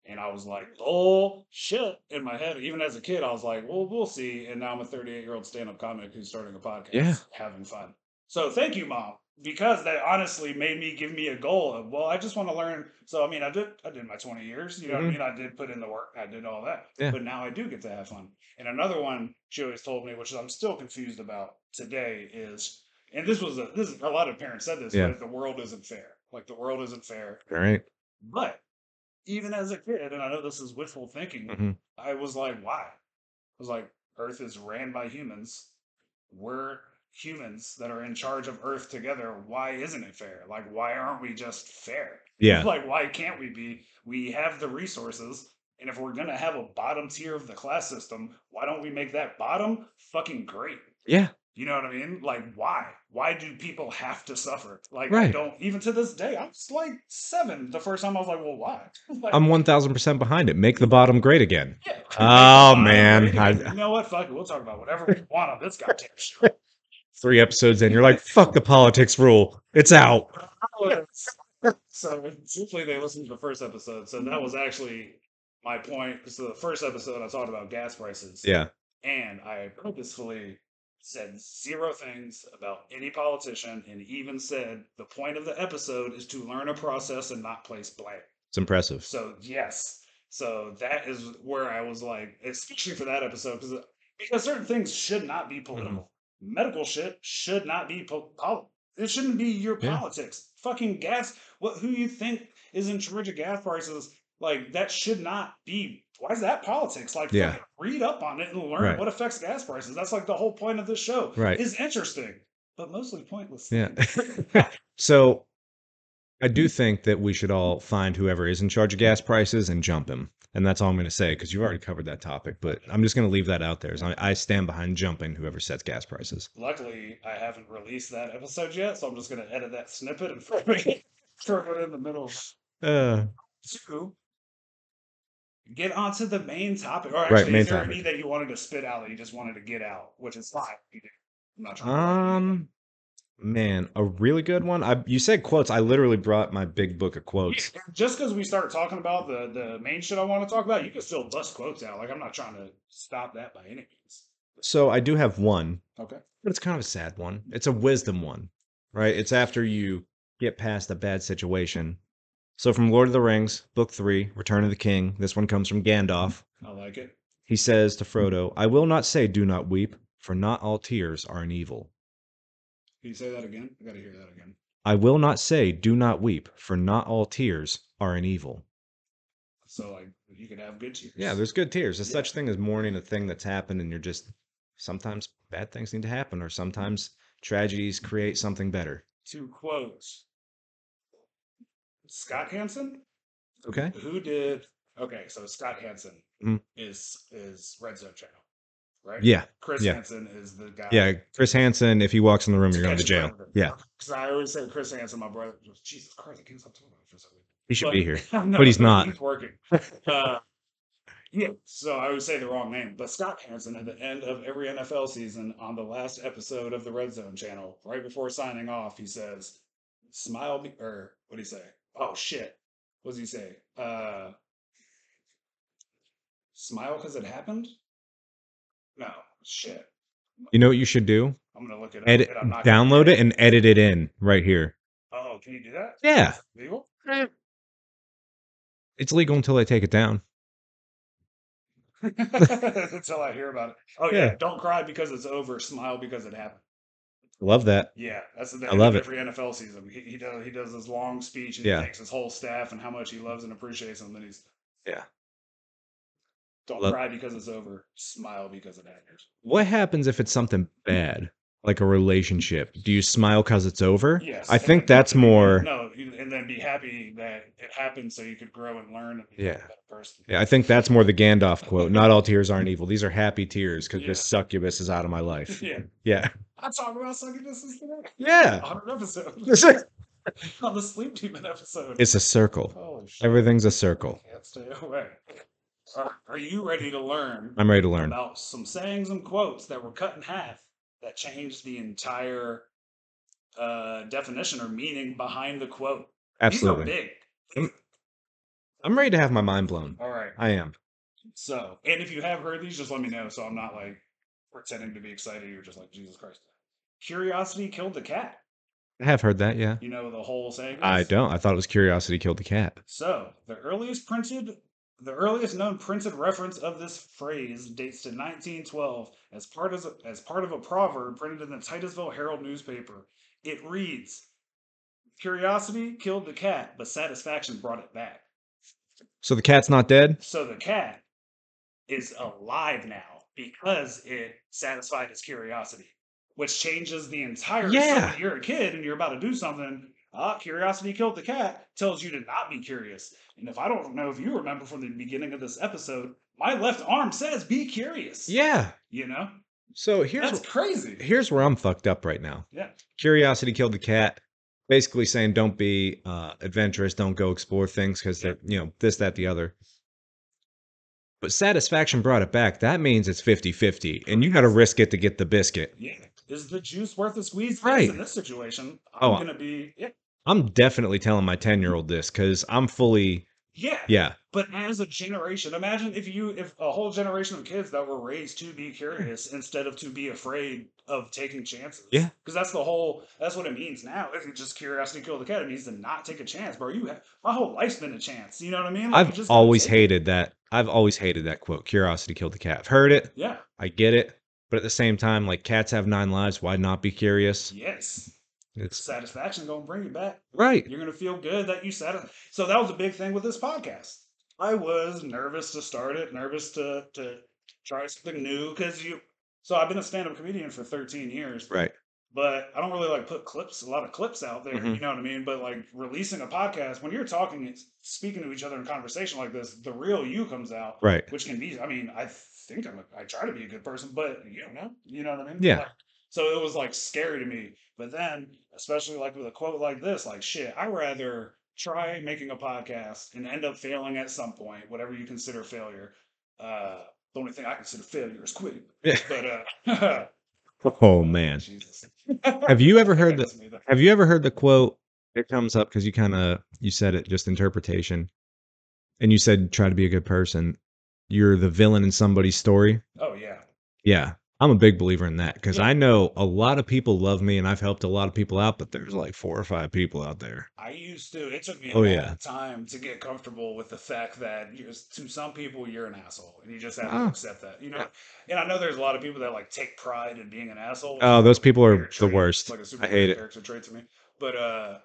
And I was like, "Oh shit!" In my head, even as a kid, I was like, "Well, we'll see." And now I'm a 38 year old stand up comic who's starting a podcast,
Yeah.
having fun. So thank you, mom, because that honestly made me give me a goal of well, I just want to learn. So I mean, I did I did my 20 years, you know
Mhm.
what I mean? I did put in the work, I did all that,
Yeah.
but now I do get to have fun. And another one she always told me, which I'm still confused about today, is and this was a this is a lot of parents said this,
Yeah.
but the world isn't fair. Like the world isn't fair.
All right.
But even as a kid, and I know this is wishful thinking,
Mhm.
I was like, why? I was like, Earth is ran by humans. We're humans that are in charge of Earth together. Why isn't it fair? Like, why aren't we just fair?
Yeah.
Like, why can't we be? We have the resources. And if we're going to have a bottom tier of the class system, why don't we make that bottom fucking great?
Yeah.
You know what I mean? Like, why? Why do people have to suffer? Like, I
Right.
don't, even to this day, I'm s- like seven. The first time I was like, well, why? Like,
I'm 1000% behind it. Make the bottom great again.
yeah.
Oh,
Fine,
man.
great.
I-
you know what? Fuck it. We'll talk about whatever we want on this goddamn show.
Three episodes in, you're like, fuck the politics rule. It's out.
so, truthfully, they listened to the first episode. So, that was actually my point. So, the first episode, I talked about gas prices.
Yeah.
And I purposefully said zero things about any politician and even said the point of the episode is to learn a process and not place blame.
It's impressive.
So yes, so that is where I was like, especially for that episode, because because certain things should not
Mm-hmm.
be political. Medical shit should not be po- pol- It shouldn't be your
Yeah.
politics. Fucking gas. What who you think is in charge of gas prices? Like that should not be. Why is that politics? Like,
Yeah.
fucking read up on it and learn
Right.
what affects gas prices. That's like the whole point of this show.
Right.
Is interesting, but mostly pointless.
Yeah.
things.
So I do think that we should all find whoever is in charge of gas prices and jump him. And that's all I'm going to say because you've already covered that topic, but I'm just going to leave that out there. So I, I stand behind jumping whoever sets gas prices.
Luckily, I haven't released that episode yet, so I'm just going to edit that snippet and throw it, throw it in the middle.
Uh,
To get onto the main topic, or actually,
Right, main
is there
topic.
any that you wanted to spit out that you just wanted to get out, which is fine. You do. I'm not trying.
um, man, a really good one. I, you said quotes. I literally brought my big book of
to
quotes.
Yeah, just because we start talking about the the main shit I want to talk about, you can still bust quotes out. Like I'm not trying to stop that by any means.
So I do have one
Okay.
but it's kind of a sad one. It's a wisdom one, right? It's after you get past a bad situation. So from Lord of the Rings, book three, Return of the King, this one comes from Gandalf.
I like it.
He says to Frodo, I will not say do not weep, for not all tears are an evil.
Can you say that again? I got to hear that again.
I will not say do not weep, for not all tears are an evil.
So like you can have good tears.
Yeah, there's good tears. There's
Yeah.
such thing as mourning a thing that's happened, and you're just sometimes bad things need to happen, or sometimes tragedies create something better.
to quote Scott Hansen,
Okay.
who did okay, so Scott Hansen
Mm.
is is Red Zone Channel, right?
Yeah.
Chris
yeah.
Hansen is the guy.
Yeah, Chris Hansen. If he walks in the room, you're going to jail. Yeah,
because I always say Chris Hansen, my brother. Jesus Christ, I can't stop talking about him for some reason.
he should
But-
be here.
No,
but he's not.
He's working. Uh, yeah, so I would say the wrong name, but Scott Hansen at the end of every NFL season on the last episode of the Red Zone channel, right before signing off, he says, "Smile be or what do he say? Oh shit, what does he say? Uh, smile because it happened. No shit,
You know what you should do?
I'm gonna look it up.
Edit,
and I'm not gonna-
download it, and edit it in right here.
Oh, can you do that?
Yeah,
Is it legal?
it's legal until they take it down.
until I hear about it. Oh yeah.
Yeah.
don't cry because it's over. Smile because it happened.
Love that.
Yeah, that's the
I
end
love
of
it.
every NFL season. He, he does he does his long speech and
Yeah.
he thanks his whole staff and how much he loves and appreciates them. And he's
Yeah.
Don't
Love-
cry because it's over. Smile because it happened.
What happens if it's something bad, like a relationship? Do you smile because it's over?
Yes,
I
and
think
then-
that's more.
No, you- and then be happy that it happened so you could grow and learn and become
Yeah.
a better person.
Yeah, I think that's more the Gandalf quote. Not all tears aren't evil. These are happy tears because
Yeah.
this succubus is out of my life.
Yeah.
Yeah.
I talk about succubuses today.
Yeah.
100 episode
It's
on the sleep demon episode.
a circle.
Holy shit.
Everything's a circle.
Can't stay away. Are, are you ready to learn
I'm ready to learn.
about some sayings and quotes that were cut in half that changed the entire uh, definition or meaning behind the quote? These
Absolutely.
are big.
I'm ready to have my mind blown.
All right.
I am.
So, and if you have heard these, just let me know so I'm not like pretending to be excited. You're just like, Jesus Christ. Curiosity killed the cat.
I have heard that, yeah.
You know the whole saying?
I
is?
don't. I thought it was curiosity killed the cat.
So, the earliest printed The earliest known printed reference of this phrase dates to 1912 as part of, as part of a proverb printed in the Titusville Herald newspaper. It reads Curiosity killed the cat, but satisfaction brought it back.
So the cat's not dead?
So the cat is alive now because it satisfied its curiosity, which changes the entire. So
Yeah.
when you're a kid and you're about to do something, ah, curiosity killed the cat tells you to not be curious. And if I don't know if you remember from the beginning of this episode, my left arm says be curious.
Yeah.
You know?
So here's
That's crazy.
here's where I'm fucked up right now.
Yeah.
Curiosity killed the cat. Basically saying don't be uh, adventurous, don't go explore things because they're you know this, that, the other. But satisfaction brought it back. That means it's 50-50, and you got to risk it to get the biscuit.
Yeah. Is the juice worth the squeeze? Yes,
Right.
In this situation, I'm
Oh, I-
going to be. Yeah.
I'm definitely telling my ten year old this because I'm fully
Yeah.
yeah.
But as a generation, imagine if you if a whole generation of kids that were raised to be curious instead of to be afraid of taking chances.
Yeah.
Because that's the whole that's what it means now. If it's just curiosity killed the cat, it means to not take a chance, bro. You have, my whole life's been a chance. You know what I mean? Like, you
I've
just gotta
always
take it.
hated that. I've always hated that quote. Curiosity killed the cat. I've heard it.
Yeah.
I get it. But at the same time, like cats have nine lives. Why not be curious?
Yes.
It's
Satisfaction gonna bring you back.
right.
You're gonna feel good that you said it. So that was a big thing with this podcast. I was nervous to start it, nervous to to try something new because you. So I've been a stand-up comedian for 13 years,
Right.
but I don't really like put clips, a lot of clips out there.
Mhm.
You know what I mean? But like releasing a podcast when you're talking, and speaking to each other in conversation like this, the real you comes out,
Right.
which can be. I mean, I think I'm. A, I try to be a good person, but you don't know. You know what I mean?
Yeah.
Like, so it was like scary to me. But then, especially like with a quote like this, like shit, I would rather try making a podcast and end up failing at some point, whatever you consider failure. Uh, the only thing I consider failure is quitting.
Yeah.
But uh,
Oh man.
Jesus.
Have you ever heard the
That's me, though.
Have you ever heard the quote? It comes up because you kind of you said it just interpretation, and you said try to be a good person. You're the villain in somebody's story.
Oh yeah,
Yeah. I'm a big believer in that because
Yeah.
I know a lot of people love me and I've helped a lot of people out, but there's like four or five people out there.
I used to. It took me a
Oh,
long
yeah.
time to get comfortable with the fact that you're, to some people you're an asshole, and you just have
Oh.
to accept that. You know, and I know there's a lot of people that like take pride in being an asshole.
Oh, those people are
Weird
the
trait. It's
worst.
Like a super
I hate it.
character trait to me. But uh,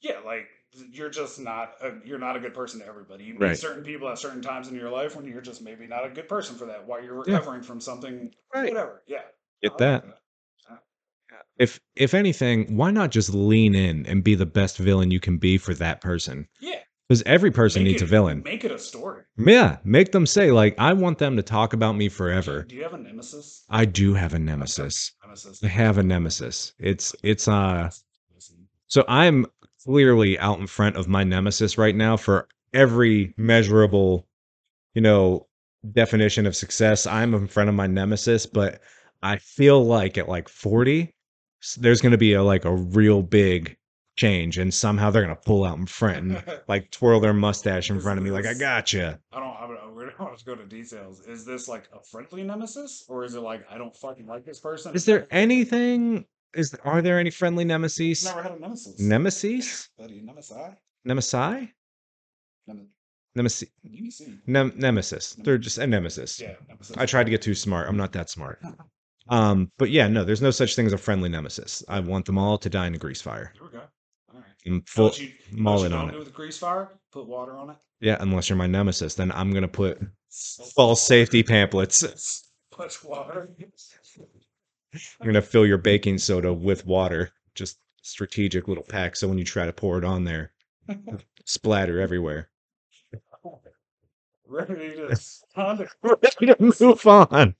yeah, like you're just not a, you're not a good person to everybody. You meet
Right.
certain people at certain times in your life when you're just maybe not a good person for that. While you're
Yeah.
recovering from something,
Right.
whatever. Yeah, I
Get
like
that. If if anything, why not just lean in and be the best villain you can be for that person?
Yeah,
Because every person
make
needs a
it-
villain.
Make it a story.
Yeah, make them say like, I want them to talk about me forever.
Do you have a nemesis?
I do have a nemesis.
Nemesis.
I have a nemesis. It's it's uh
Listen,
So I'm clearly out in front of my nemesis right now for every measurable, you know, definition of success. I'm in front of my nemesis, but I feel like at like 40, s- there's going to be a like a real big change, and somehow they're going to pull out in front and like twirl their mustache in
Is
front of me, like I
this-
gotcha.
I don't. I don't. We don't have to go to details. Is this like a friendly nemesis, or is it like I don't fucking like this person?
Is there anything? Is are there any friendly nemesis?
Never had a nemesis.
Nemesis?
Buddy, nemesis.
Nemesi?
Nem-
Nemesis?
nemesis.
Nem- nemesis. They're just a nemesis.
Yeah, nemesis.
I tried to get too smart. I'm not that smart. Um, but yeah, no, there's no such thing as a friendly nemesis. I want them all to die in a grease fire.
There we go. All right.
I'm
You know
full,
what you, you know what
mull
you
it on
don't
it.
do with a grease fire? Put water on it.
yeah, unless you're my nemesis, then I'm gonna put
Soak
false
water.
safety pamphlets.
Put water.
I'm gonna fill your baking soda with water, just strategic little pack. So when you try to pour it on there, splatter everywhere.
Ready to sound
Ready to move on.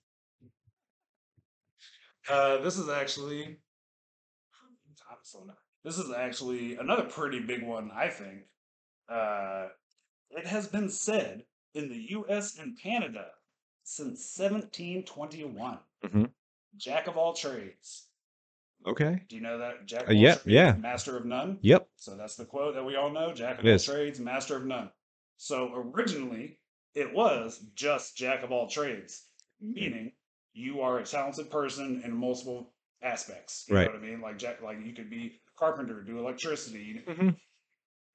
Uh, this is actually Time is on. this is actually another pretty big one, I think. Uh, it has been said in the U.S. and Canada since 1721.
Mhm.
Jack of all trades.
Okay.
Do you know that Jack? Of
Uh,
all
yeah,
trades,
yeah.
Master of none.
Yep.
So that's the quote that we all know: Jack of
It
all
is.
trades, master of none. So originally, it was just Jack of all trades, meaning you are a talented person in multiple aspects. You
Right.
know what I mean? Like Jack, like you could be a carpenter, do electricity,
Mhm.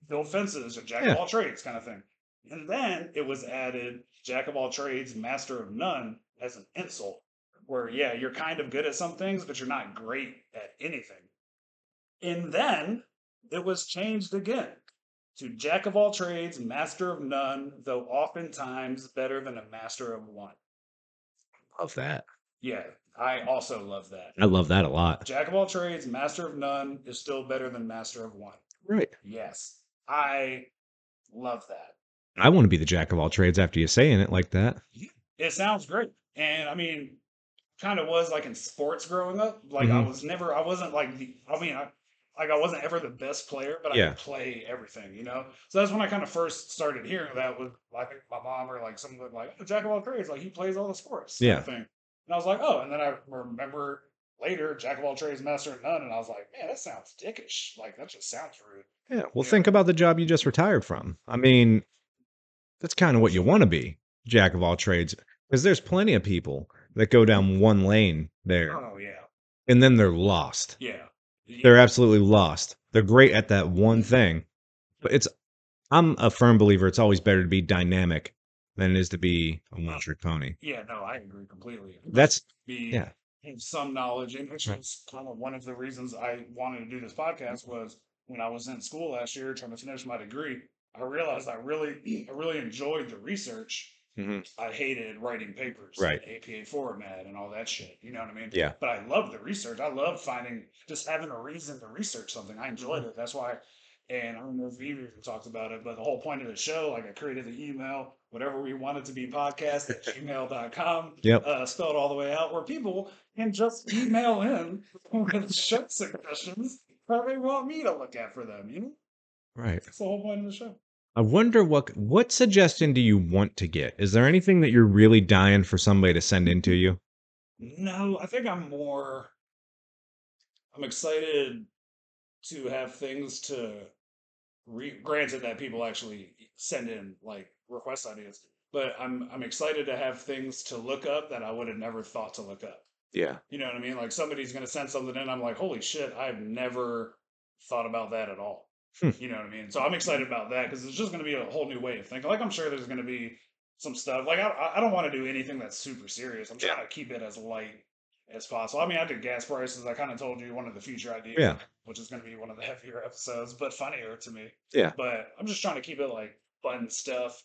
build fences, a Jack
Yeah.
of all trades kind of thing. And then it was added jack of all trades, master of none as an insult, where, yeah, you're kind of good at some things, but you're not great at anything. And then it was changed again to jack of all trades, master of none, though oftentimes better than a master of one.
Love that.
Yeah, I also love that.
I love that a lot.
Jack of all trades, master of none is still better than master of one.
Right.
Yes, I love that.
I want to be the jack of all trades after you saying it like that.
It sounds great. And I mean, kind of was like in sports growing up. Like I
Mhm.
was never, I wasn't like the, I mean, I, like I wasn't ever the best player, but I
Yeah.
could play everything, you know? So that's when I kind of first started hearing that with, I think my mom or like someone like, oh, Jack of all trades, like he plays all the sports. kind
Yeah.
of Thing. And I was like, oh, and then I remember later, Jack of all trades, master of none. And I was like, man, that sounds dickish. Like that just sounds rude.
Yeah. Well,
Yeah.
think about the job you just retired from. I mean, that's kind of what you want to be, jack of all trades, because there's plenty of people that go down one lane there
Oh, yeah.
and then they're lost.
Yeah. Yeah.
They're absolutely lost. They're great at that one thing, but it's, I'm a firm believer it's always better to be dynamic than it is to be a one trick pony.
Yeah, no, I agree completely.
That's
be
Yeah.
have some knowledge, and which
Right.
was kind of one of the reasons I wanted to do this podcast was when I was in school last year trying to finish my degree. I realized I really, I really enjoyed the research.
Mm-hmm.
I hated writing papers,
Right.
and APA format, and all that shit. You know what I mean?
Yeah.
But I loved the research. I loved finding just having a reason to research something. I
Mm-hmm.
enjoyed it. That's why. And I don't know if you talked about it, but the whole point of the show, like I created the email, whatever we wanted to be podcast at gmail.com
Yep.
uh, spelled all the way out, where people can just email in with show suggestions that they want me to look at for them. You know,
Right.
that's the whole point of the show.
I wonder what what suggestion do you want to get? Is there anything that you're really dying for somebody to send in to you?
No, I think I'm more. I'm excited to have things to. Re- granted that people actually e, send in like request ideas, but I'm I'm excited to have things to look up that I would have never thought to look up.
Yeah.
You know what I mean? Like somebody's gonna send something in. I'm like, holy shit, I've never thought about that at all.
Hmm.
You know what I mean? So I'm excited about that because it's just gonna be a whole new way of thinking. Like I'm sure there's gonna be some stuff. Like I I- I don't want to do anything that's super serious. I'm trying to keep it as light as possible. I mean, I did gas prices. I kind of told you one of the future ideas,
Yeah.
which is gonna be one of the heavier episodes, but funnier to me.
Yeah.
But I'm just trying to keep it like fun stuff.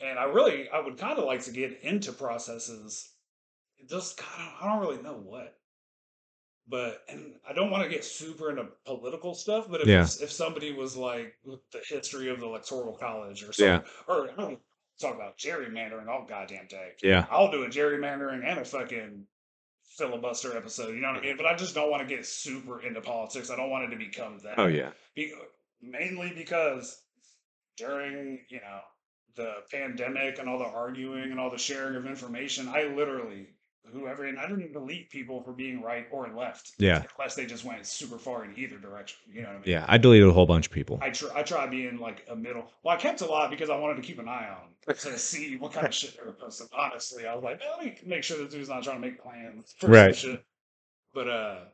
And I really, I would kind of like to get into processes just God, I don't, I don't really know what. But and I don't want to get super into political stuff. But if
Yeah.
s- if somebody was like with the history of the electoral college or something,
Yeah.
or I don't talk about gerrymandering all goddamn day,
Yeah.
I'll do a gerrymandering and a fucking filibuster episode. You know what I mean? But I just don't want to get super into politics. I don't want it to become that
Oh, yeah.
be- mainly because during you know the pandemic and all the arguing and all the sharing of information, I literally whoever and I didn't even delete people for being right or left.
Yeah.
unless they just went super far in either direction. You know what I mean?
Yeah. I deleted a whole bunch of people.
I try, I try being like a middle. Well, I kept a lot because I wanted to keep an eye on 'em to see what kind of shit they were posting. Honestly, I was like, "Man, let me make sure this dude's not trying to make plans for some
Right.
shit. But uh,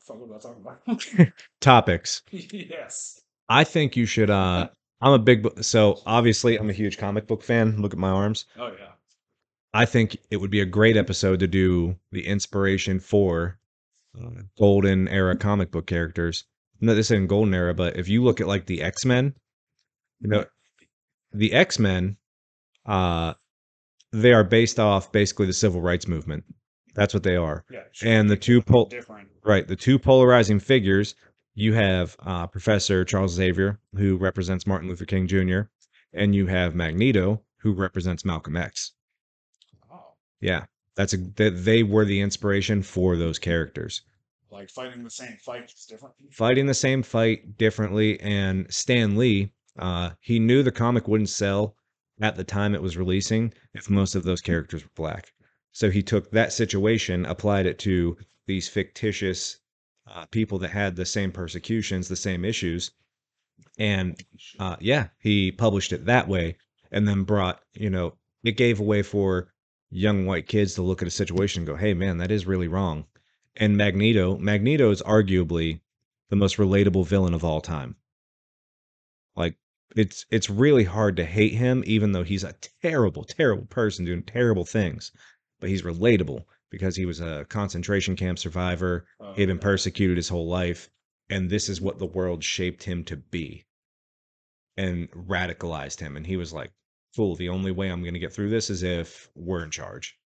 fuck, what was I talking about?
Topics.
yes.
I think you should uh I'm a big bo- so obviously I'm a huge comic book fan. Look at my arms.
Oh yeah.
I think it would be a great episode to do the inspiration for uh, golden era comic book characters. No, this isn't golden era, but if you look at like the X Men, you know, the X Men, uh, they are based off basically the civil rights movement. That's what they are.
Yeah.
And the two pol-
different.
right, the two polarizing figures. You have uh, Professor Charles Xavier, who represents Martin Luther King Jr., and you have Magneto, who represents Malcolm X.
Oh,
Yeah, that's a that they were the inspiration for those characters.
like fighting the same fight is different.
Fighting the same fight differently, and Stan Lee, uh, he knew the comic wouldn't sell at the time it was releasing if most of those characters were black. So he took that situation, applied it to these fictitious uh, people that had the same persecutions, the same issues, and uh, yeah, he published it that way, and then brought you know it gave a way for young white kids to look at a situation and go, "Hey, man, that is really wrong." And Magneto, Magneto is arguably the most relatable villain of all time. Like it's it's really hard to hate him, even though he's a terrible, terrible person doing terrible things. But he's relatable because he was a concentration camp survivor.
Oh,
He had been persecuted his whole life, and this is what the world shaped him to be, and radicalized him. And he was like, "Fool, the only way I'm going to get through this is if we're in charge."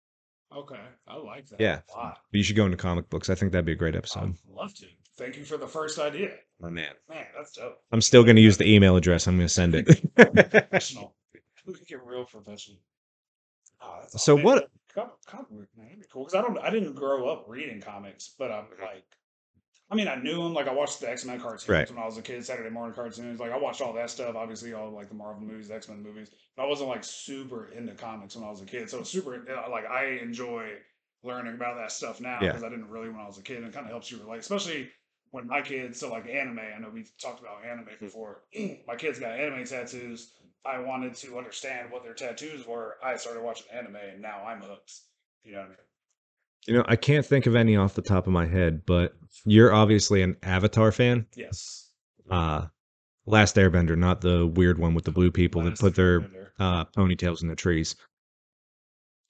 Okay, I like that.
Yeah.
a lot.
You should go into comic books. I think that'd be a great episode.
I'd love to. Thank you for the first idea.
Oh, My man.
Man, that's dope.
I'm still going to use the email address. I'm going to send it.
Professional. We could get real professional. Oh, that's
So
awesome.
what-
Com- comic book, man, that'd be cool. Because I don't, I didn't grow up reading comics, but I'm like, I mean, I knew them. Like I watched the X Men cartoons
Right.
when I was a kid, Saturday morning cartoons. Like I watched all that stuff. Obviously, all like the Marvel movies, X Men movies. But I wasn't like super into comics when I was a kid. So it's super uh, like I enjoy learning about that stuff now
Yeah.
because I didn't really when I was a kid. And it kind of helps you relate, especially when my kids. So like anime, I know we talked about anime
Hmm.
before. my kids got anime tattoos. I wanted to understand what their tattoos were. I started watching anime, and now I'm hooked. You know what I mean?
you know, I can't think of any off the top of my head, but you're obviously an Avatar fan.
Yes.
Uh, Last Airbender, not the weird one with the blue people that
Last
put their
Airbender.
uh, ponytails in the trees.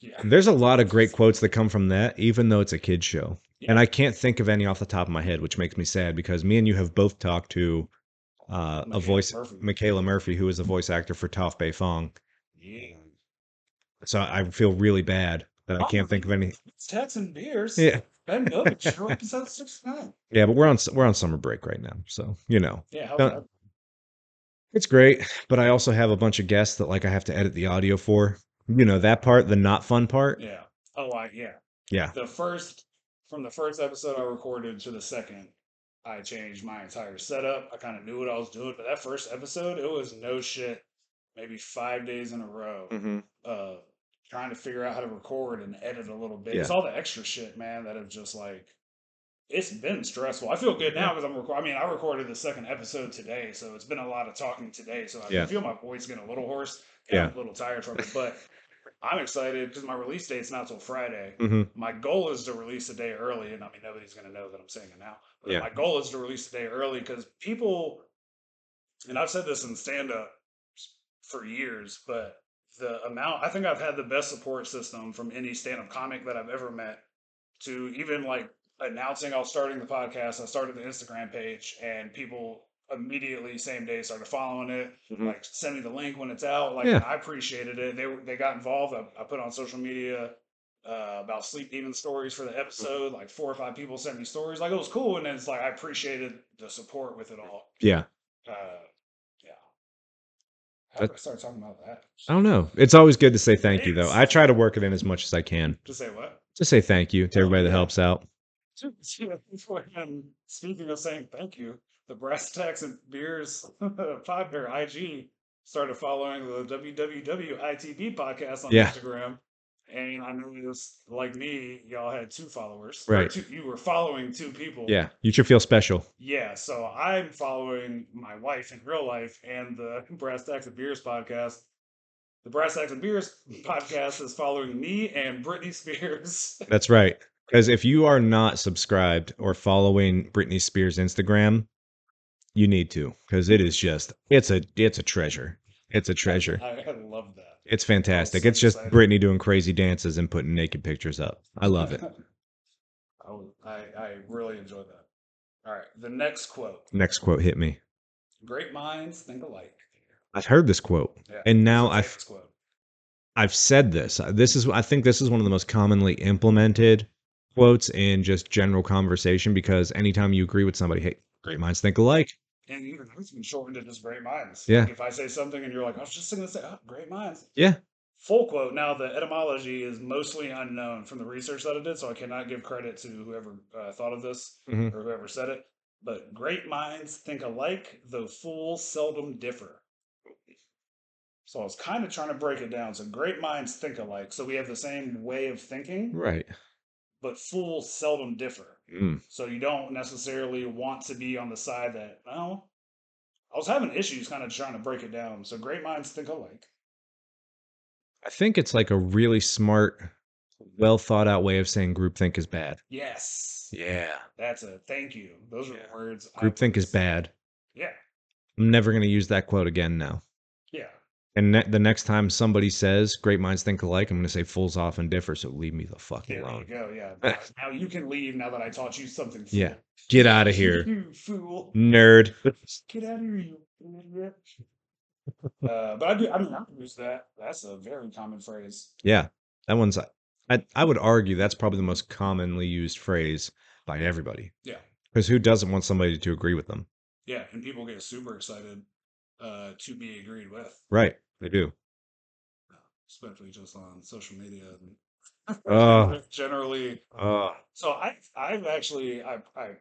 yeah.
And there's a lot of great quotes that come from that, even though it's a kid's show. And I can't think of any off the top of my head, which makes me sad because me and you have both talked to uh, a
Michaela
voice,
Murphy.
Michaela Murphy, who is a voice actor for Toph Bei Fong.
Yeah.
So I feel really bad that I
Oh,
can't think of any.
It's Tats and Beers.
Yeah,
Ben Novich, show episode 69.
yeah, but we're on s- we're on summer break right now, so you know
Yeah. How
Don't-
about
it's great. But I also have a bunch of guests that like I have to edit the audio for. You know that part, the not fun
that?
part.
Yeah. Oh, I, yeah.
Yeah.
The first, from the first episode I recorded to the second, I changed my entire setup. I kind of knew what I was doing, but that first episode, it was no shit. Maybe five days in a row.
Mm-hmm.
uh trying to figure out how to record and edit a little bit.
Yeah.
It's all the extra shit, man, that have just like it's been stressful. I feel good now because I'm recording. I mean, I recorded the second episode today, so it's been a lot of talking today. So I
Yeah.
feel my voice getting a little hoarse. and I'm a little tired from it, but I'm excited because my release date's not till Friday.
Mm-hmm.
My goal is to release a day early, and I mean nobody's gonna know that I'm saying it now. But
Yeah.
my goal is to release a day early because people, and I've said this in stand up for years, but the amount I think I've had the best support system from any stand up comic that I've ever met to even like announcing I was starting the podcast. I started the Instagram page, and people immediately same day started following it like send me the link when it's out. Like
Yeah.
I appreciated it. They were- they got involved. I, I put on social media uh, about sleep demon stories for the episode. Like four or five people sent me stories. Like it was cool, and it's like I appreciated the support with it all.
Yeah,
Uh, yeah. How did I
That's-
start talking about that?
I don't know. It's always good to say thank you, though. I try to work it in as much as I can.
Just say what?
Just say thank you to everybody that helps out.
and speaking of saying thank you, the Brass Tacks and Beers Pod Bear IG started following the WWWITB podcast on
Yeah.
Instagram. And I noticed, like me, y'all had two followers. or
Right.
Two, you were following two people.
Yeah, you should feel special.
Yeah. So I'm following my wife in real life and the Brass Tacks and Beers podcast. The Brass Tacks and Beers podcast is following me and Britney Spears.
That's right. Because if you are not subscribed or following Britney Spears Instagram, you need to because it is just it's a it's a treasure. It's a treasure.
I, I love that.
It's fantastic.
so
It's just
excited.
Britney doing crazy dances and putting naked pictures up. I love it.
I, would- I, I really enjoy that. All right, the next quote:
Next quote hit me.
"Great minds think alike."
I've heard this quote
Yeah,
and now
it's my
I
favorite quote.
I've said this. Uh, This is I think this is one of the most commonly implemented quotes in just general conversation because anytime you agree with somebody, hey, great minds think alike.
And even those can shorten to just "great minds."
Yeah.
Like if I say something and you're like, "I was just gonna say, oh, great minds."
Yeah.
Full quote. Now the etymology is mostly unknown from the research that I did, so I cannot give credit to whoever uh, thought of this
Mhm.
or whoever said it. But great minds think alike, though fools seldom differ. So I was kind of trying to break it down. So great minds think alike. So we have the same way of thinking,
Right.
but fools seldom differ.
Mm.
So you don't necessarily want to be on the side that, well, I was having issues kind of trying to break it down. So great minds think alike.
I think it's like a really smart, well thought out way of saying groupthink is bad.
Yes.
Yeah.
That's a thank you. Those are
Yeah.
the words. I
Groupthink is
was-
bad.
Yeah.
I'm never going to use that quote again now.
Yeah.
And ne- the next time somebody says great minds think alike, I'm going to say fools often differ. So leave me the fuck
There you
alone.
go. Yeah. now you can leave now that I taught you something. fool.
Yeah. Get out of here, Mm.
You fool.
nerd.
Get out of here. you idiot. uh, but I do. I mean, I use that. That's a very common phrase.
Yeah, that one's. uh, I I would argue that's probably the most commonly used phrase by everybody.
Yeah.
Because who doesn't want somebody to agree with them?
Yeah, and people get super excited uh, to be agreed with,
Right. They do.
especially just on social media. And
Oh.
generally,
Uh,
so I I've actually I I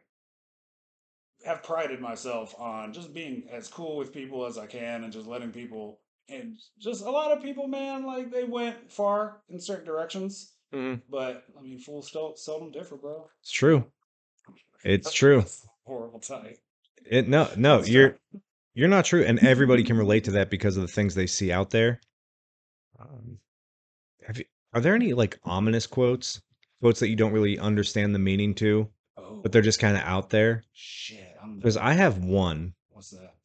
have prided myself on just being as cool with people as I can and just letting people and just a lot of people, man, like they went far in certain directions, but I mean, fools still seldom differ, bro.
It's true. It's true.
Horrible type.
It no no
That's
you're
tough.
you're not true, and everybody can relate to that because of the things they see out there. Um, have you, are there any like ominous quotes? Quotes that you don't really understand the meaning to,
Oh,
but they're just kind of out there?
shit. I'm
Because I have one
what's that?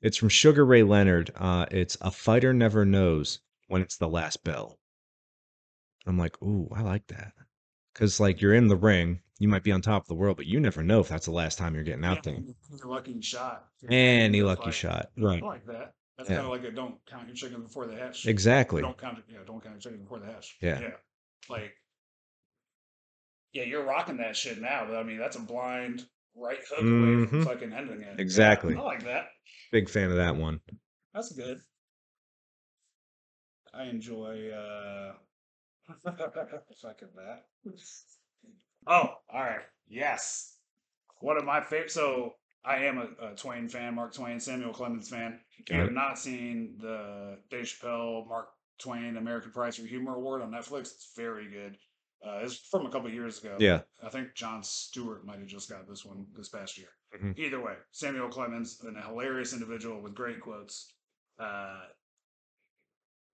It's from Sugar Ray Leonard. Uh, it's a fighter never knows when it's the last bell. I'm like, ooh, I like that, because like you're in the ring, you might be on top of the world, but you never know if that's the last time you're getting out there.
Any lucky shot.
Any
Good
lucky
fight.
shot,
I like that. That's
Yeah.
kind of like a don't count your chicken before the hatch.
Exactly.
Don't count, yeah, don't count your chicken before the hatch.
Yeah.
yeah. Like, yeah, you're rocking that shit now, but I mean, that's a blind right hook away from
Mhm.
fucking ending it. Yeah,
Exactly.
I like that.
Big fan of that one.
That's good. I enjoy uh fucking that. Oh, all right. Yes. One of my favorite so I am a, a Twain fan, Mark Twain, Samuel Clemens fan. If you
Got
have
it.
not seen the Dave Chappelle, Mark Twain, American Prize for Humor Award on Netflix, it's very good. Uh, it's from a couple years ago.
Yeah,
I think John Stewart might have just got this one this past year.
Mhm.
Either way, Samuel Clemens, an hilarious individual with great quotes. Uh,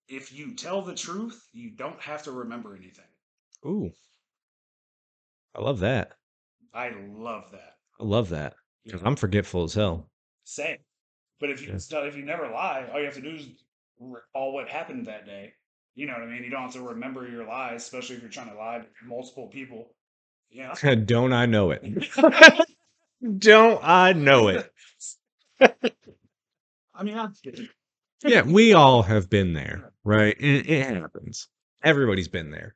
if you tell the truth, you don't have to remember anything.
ooh, I love that.
I love that.
I love that because I'm forgetful as hell.
Same. But if you
Yeah.
tell- if you never lie, all you have to do is recall what happened that day. You know what I mean? You don't have to remember your lies, especially if you're trying to lie to multiple people. Yeah.
Don't I know it? Don't I know it?
I mean, I,
Yeah, we all have been there, right? It, it happens. Everybody's been there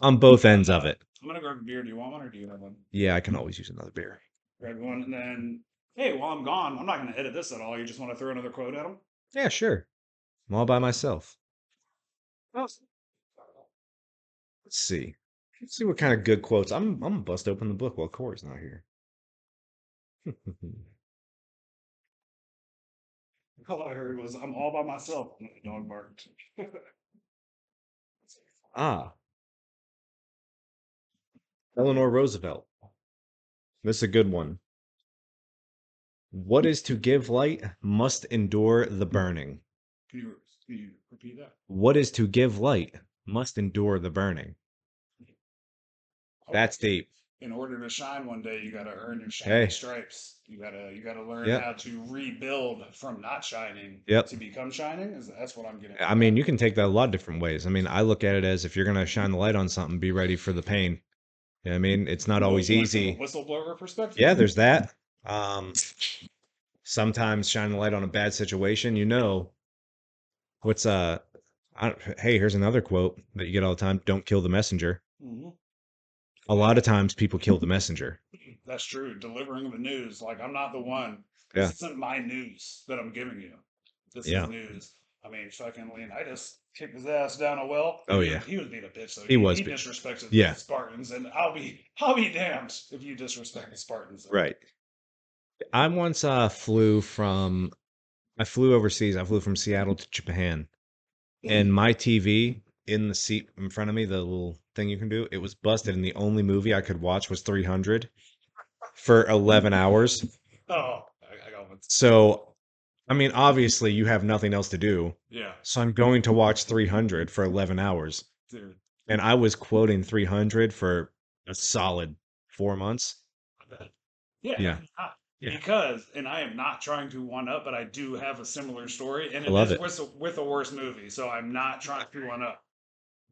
on both ends of it.
I'm gonna grab a beer. Do you want one or do you have one?
Yeah, I can always use another beer.
Grab one, and then hey, while I'm gone, I'm not gonna edit this at all. You just want to throw another quote at them?
Yeah, sure. I'm all by myself. Let's see. Let's see what kind of good quotes. I'm I'm gonna bust open the book while Corey's not here.
All I heard was I'm all by myself. and the dog barked.
ah. Eleanor Roosevelt. This is a good one. What is to give light must endure the burning.
Can you can you repeat that?
What is to give light must endure the burning. That's deep.
in order to shine one day, you gotta earn your shiny
Hey.
stripes. You gotta you gotta learn
Yep.
how to rebuild from not shining
Yep.
to become shining. Is that's what I'm getting.
I
at.
mean, you can take that a lot of different ways. I mean, I look at it as if you're going to shine the light on something, be ready for the pain. You know what I mean, it's not
Wh-
always
like from a
easy.
Whistleblower perspective.
Yeah, there's that. Um, sometimes shine the light on a bad situation. You know, what's uh, I, don't- hey, here's another quote that you get all the time: "Don't kill the messenger."
Mhm.
A lot of times, people kill the messenger.
That's true. Delivering the news, like I'm not the one.
Mm-hmm. Yeah.
This isn't my news that I'm giving you. This
Yeah.
is news. I mean, fucking Leonidas kicked his ass down a well.
Oh,
He-
yeah.
he was being a bitch though.
He was
He
be-
disrespected
Yeah.
the Spartans, and I'll be I'll be damned if you disrespect the Spartans.
Right. I once uh flew from, I flew overseas. I flew from Seattle to Japan, and my TV in the seat in front of me, the little thing you can do, it was busted, and the only movie I could watch was 300 for 11 hours.
Oh, I, I got one.
So, I mean, obviously, you have nothing else to do.
Yeah,
So I'm going to watch 300 for 11 hours,
dude.
and I was quoting 300 for a solid four months.
Yeah.
Yeah.
ah,
Yeah.
Because, and I am not trying to one up, but I do have a similar story, and
I
it
love
is
it.
With, a, with a worse movie, so I'm not trying to one up.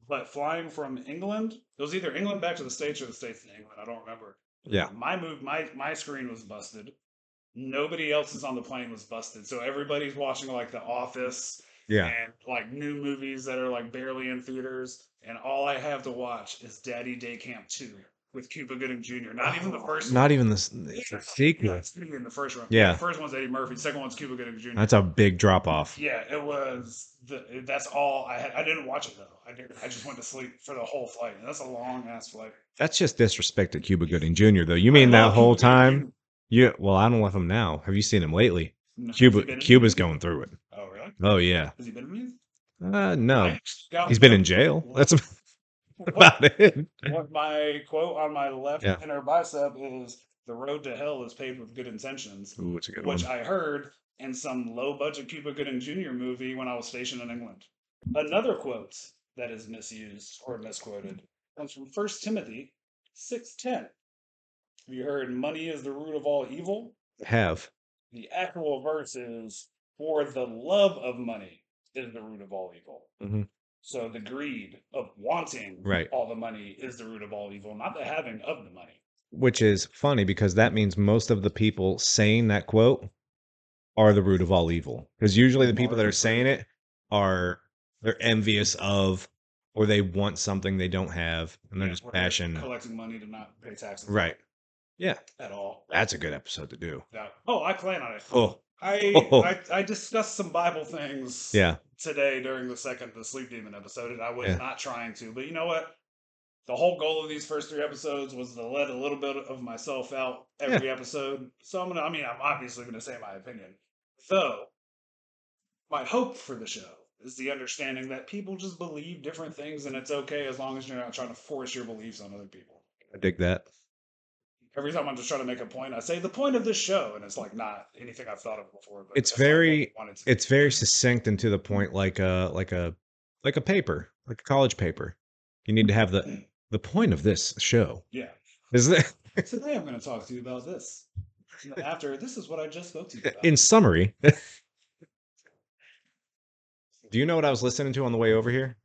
But flying from England, it was either England back to the states or the states to England. I don't remember.
Yeah.
My move, my my screen was busted. Nobody else's on the plane was busted, so everybody's watching like The Office
Yeah.
and like new movies that are like barely in theaters. And all I have to watch is Daddy Day Camp Two with Cuba Gooding Jr. Not even the first.
Oh, Not even the, s- it's
Yeah,
a
no,
sequel.
it's in the first one.
Yeah.
The first one's Eddie Murphy. Second one's Cuba Gooding Jr.
That's a big drop off.
yeah, it was. The, that's all I had. I didn't watch it though. I did. I just went to sleep for the whole flight. And that's a long ass flight.
That's just disrespect to Cuba Gooding Jr. Though. You mean
I
that
love
whole
Cuba Gooding
time? You well, I don't love him now. Have you seen him lately?
Jr. No, Cuba
Cuba
Gooding
Cuba's
Jr.?
going through it.
Oh really?
Oh yeah.
Has he been in music?
Uh,
I
no,
actually got
he's been in jail. That's
What,
about it.
what my quote on my left
Yeah.
inner bicep is: "The road to hell is paved with good intentions."
Ooh, it's a good one.
which I heard in some low budget Cuba Gooding Jr. movie when I was stationed in England. Another quote that is misused or misquoted comes from 1 Timothy 6.10. Have you heard, money is the root of all evil?
Have
The actual verse is, for the love of money is the root of all evil.
Mhm.
So the greed of wanting
Right.
all the money is the root of all evil, not the having of the money.
which is funny because that means most of the people saying that quote are the root of all evil. Because usually the people that are saying it are they're envious of or they want something they don't have and they're
Yeah,
just
where
passion.
Collecting money to not pay taxes.
Right. Yeah.
At all.
That's a good episode to do.
Yeah. Oh, I plan on it.
Oh,
I,
Oh.
I I discussed some Bible things
yeah.
today during the second the sleep demon episode, and I was
Yeah.
not trying to, but you know what? The whole goal of these first three episodes was to let a little bit of myself out every episode. So I'm gonna I mean I'm obviously gonna say my opinion. Though my hope for the show is the understanding that people just believe different things and it's okay as long as you're not trying to force your beliefs on other people.
I dig that.
Every time I'm just trying to make a point, I say the point of this show, and it's like not anything I've thought of before. But
It's
that's what I
very-
wanted to
It's very succinct and to the point like a like a like a paper, like a college paper. You need to have the the point of this show.
Yeah.
Is that
Today I'm going to talk to you about this. And After this is what I just spoke to you about.
in summary. do you know what I was listening to on the way over here?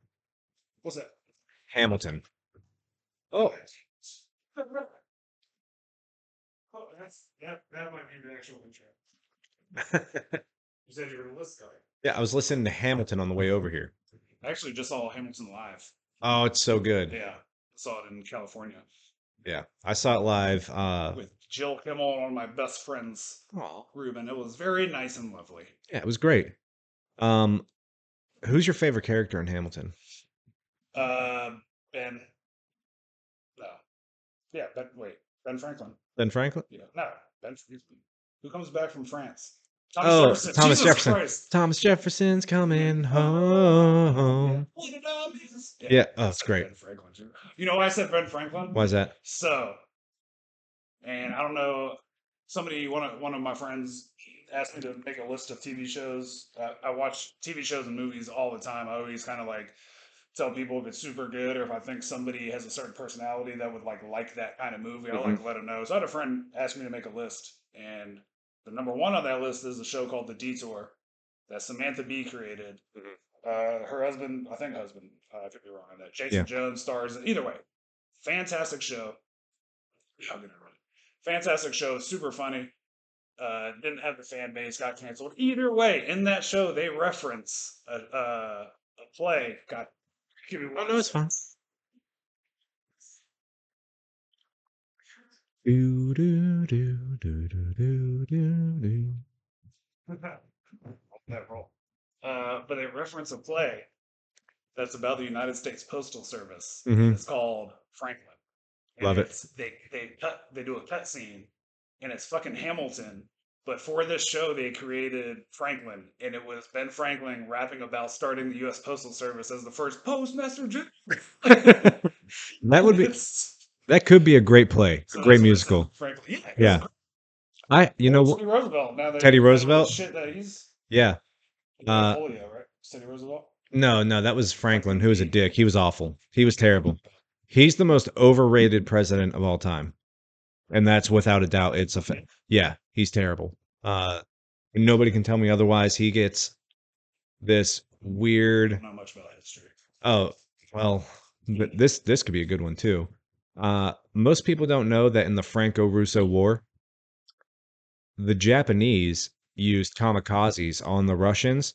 What's that?
Hamilton. Oh.
Oh, that's that. That might be the actual intro. You said you were going to listen.
yeah, I was listening to Hamilton on the way over here.
I actually just saw Hamilton live.
Oh, it's so good.
Yeah, saw it in California
Yeah. I saw it live. Uh
with Jill Kimmel, one of my best friends, Ruben. It was very nice and lovely.
Yeah, it was great. Um, who's your favorite character in Hamilton?
Uh, Ben. No. Yeah, Ben. Wait, Ben Franklin.
Ben Franklin?
Yeah, no, Ben Franklin. Who comes back from France? Thomas
Oh,
Jefferson.
Thomas
Jesus
Jefferson.
Christ.
Thomas Jefferson's coming home.
What did I miss?
Mm-hmm. Oh. Yeah, oh, it's
said
great.
Ben Franklin. too. You know why I said Ben Franklin?
Why is that?
So, and I don't know. Somebody, one of one of my friends, asked me to make a list of TV shows. Uh, I watch TV shows and movies all the time. I always kind of like tell people if it's super good or if I think somebody has a certain personality that would like like that kind of movie. I like let them know. So I had a friend ask me to make a list, and the number one on that list is a show called The Detour that Samantha Bee created.
Mhm.
Uh, her husband, I think husband, uh, I could be wrong on that. Jason
Yeah.
Jones stars. in- Either way, fantastic show. How can I run it? Fantastic show, super funny. Uh, didn't have the fan base, got canceled. Either way, in that show, they reference a, uh, a play. Got give me one.
fine. Do, do, do, do, do, do, do, do.
that role. Uh, but they reference a play that's about the United States Postal Service.
Mhm.
It's called Franklin.
Love it.
it's- They they cut they do a cut scene, and it's fucking Hamilton. But for this show, they created Franklin, and it was Ben Franklin rapping about starting the U.S. Postal Service as the first postmaster general.
That would be
It's-
that could be a great play,
so
a
that's
great
what it
musical.
says, Franklin. Yeah. it was
Yeah. I you know
Teddy
wh-
Roosevelt. Now that
Teddy
now that
Roosevelt?
Shit that he's
yeah.
he
Uh,
got polio, right? Teddy Roosevelt.
No, no, that was Franklin, who was a dick. He was awful. He was terrible. He's the most overrated president of all time. and that's without a doubt. It's a fa- yeah, he's terrible. Uh, nobody can tell me otherwise. He gets this
I
weird.
don't know much about history.
Oh well, but this this could be a good one too. Uh, most people don't know that in the Franco-Russo War, the Japanese used kamikazes on the Russians,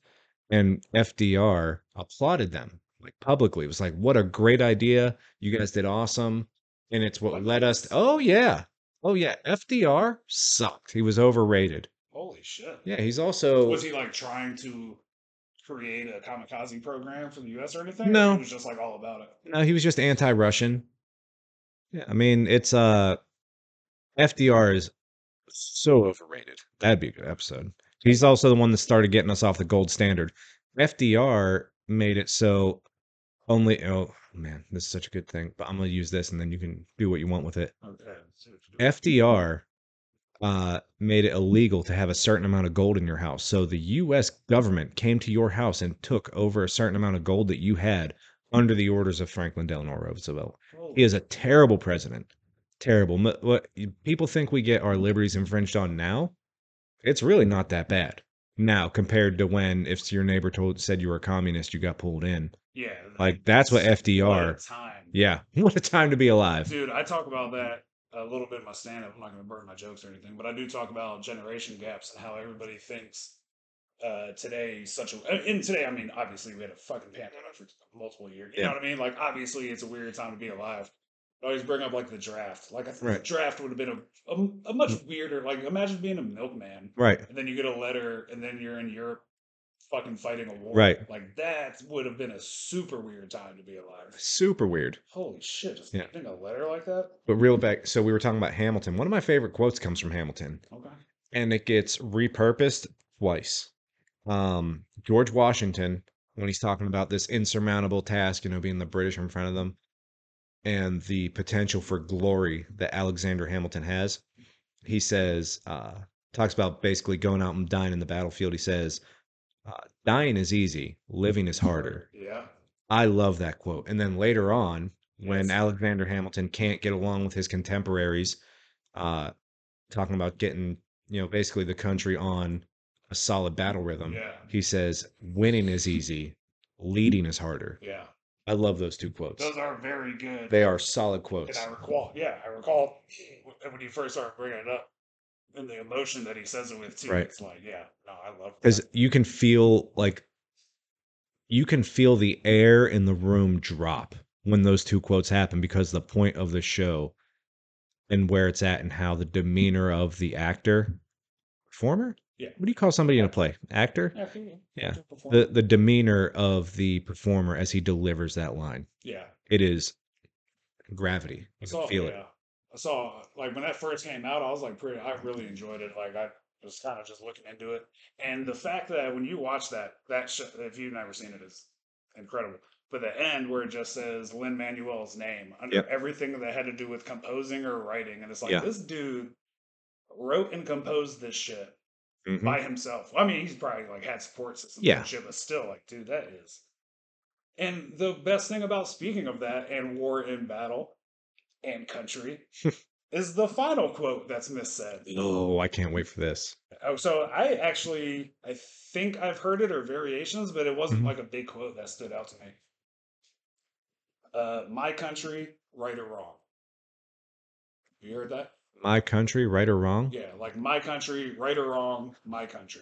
and FDR applauded them like publicly. It was like, "What a great idea! You guys did awesome!" And it's what led us. oh yeah, oh yeah. FDR sucked. He was overrated.
Holy shit.
Yeah, he's also
Was he like trying to create a kamikaze program for the U.S. or anything? or
No.
He was just like all about it.
No, he was just anti-Russian. Yeah, I mean, it's uh FDR is so overrated. That'd be a good episode. He's also the one that started getting us off the gold standard. FDR made it so only oh man, this is such a good thing, but I'm going to use this and then you can do what you want with it.
Okay. let's see what you do.
FDR uh, made it illegal to have a certain amount of gold in your house. So the U.S. government came to your house and took over a certain amount of gold that you had under the orders of Franklin Delano Roosevelt.
Holy
He is a terrible president. Terrible. Mo- What you- people think we get our liberties infringed on now, it's really not that bad now compared to when if your neighbor told said you were a communist, you got pulled in.
Yeah.
Like that's what
what Mm. a
FDR.
time.
Yeah, what a time to be alive.
Dude, I talk about that a little bit in my stand up. I'm not going to burn my jokes or anything, but I do talk about generation gaps and how everybody thinks uh, today such a. uh, In today, I mean, obviously, we had a fucking pandemic for multiple years. You
Yeah.
know what I mean? Like, obviously, it's a weird time to be alive. I always bring up like the draft. Like, I think the
Right. Mm.
draft would have been a, a, a much weirder. Like, imagine being a milkman
Right.
and then you get a letter and then you're in Europe fucking fighting a war.
Right.
Like, that would have been a super weird time to be alive.
Super weird.
Holy shit, just
Yeah.
getting a letter like that?
But real back, so we were talking about Hamilton. One of my favorite quotes comes from Hamilton,
Okay.
and it gets repurposed twice. Um, George Washington, when he's talking about this insurmountable task, you know, being the British in front of them, and the potential for glory that Alexander Hamilton has, he says, uh, talks about basically going out and dying in the battlefield. He says, uh, dying is easy, living is harder.
Yeah.
I love that quote. And then later on, when
Yes.
Alexander Hamilton can't get along with his contemporaries, uh, talking about getting, you know, basically the country on a solid battle rhythm,
Yeah.
he says, winning is easy, leading is harder.
Yeah.
I love those two quotes.
Those are very good.
They are solid
And
quotes.
I recall, yeah, I recall w- when you first started bringing it up and the emotion that he says it with, too.
Right.
It's like, yeah, no, I love
Because you can feel like, you can feel the air in the room drop when those two quotes happen because the point of the show and where it's at and how the demeanor of the actor performer
Yeah.
what do you call somebody in a play actor
Yeah. I feel you.
Yeah.
Good
the
performance.
the demeanor of the performer as he delivers that line
yeah.
it is gravity
I
you
saw,
can feel
yeah. I saw, like, when that first came out, I was like, pretty, I really enjoyed it. Like, I was kind of just looking into it. And the fact that when you watch that, that show, if you've never seen it, is incredible. But the end where it just says Lin Manuel's name under
Yep.
everything that had to do with composing or writing. And it's like,
Yeah.
this dude wrote and composed this shit
it Mhm.
by himself. I mean, he's probably like had support systems
Yeah.
and shit, but still, like, dude, that is. And the best thing about speaking of that and war and battle and country is the final quote that's missaid.
oh i can't wait for this
Oh, so I actually, I think I've heard it or variations, but it wasn't
Mhm.
like a big quote that stood out to me. Uh, my country, right or wrong. You heard that?
my country right or wrong
Yeah, like my country, right or wrong, my country.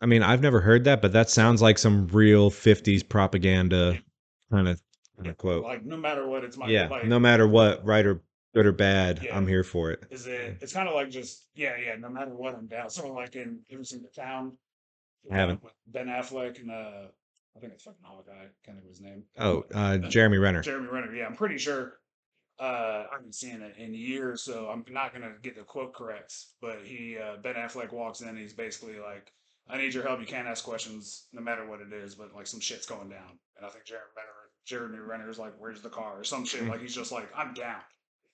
i mean i've never heard that but that sounds like some real 50s propaganda kind of kind of quote
Like no matter what, it's my
yeah
like,
no matter what right or good or bad
Yeah.
i'm here for it
is it it's kind of like just yeah yeah no matter what i'm down sort of like in ever seen the town
I haven't.
With ben affleck and uh i think it's fucking hawkeye i can't think of his name
oh uh jeremy renner
jeremy renner yeah i'm pretty sure uh i've been seeing it in years so i'm not gonna get the quote correct but he uh ben affleck walks in and he's basically like i need your help you can't ask questions no matter what it is but like some shit's going down and i think jeremy renner jeremy renner's like where's the car or some shit
Mhm.
like he's just like i'm down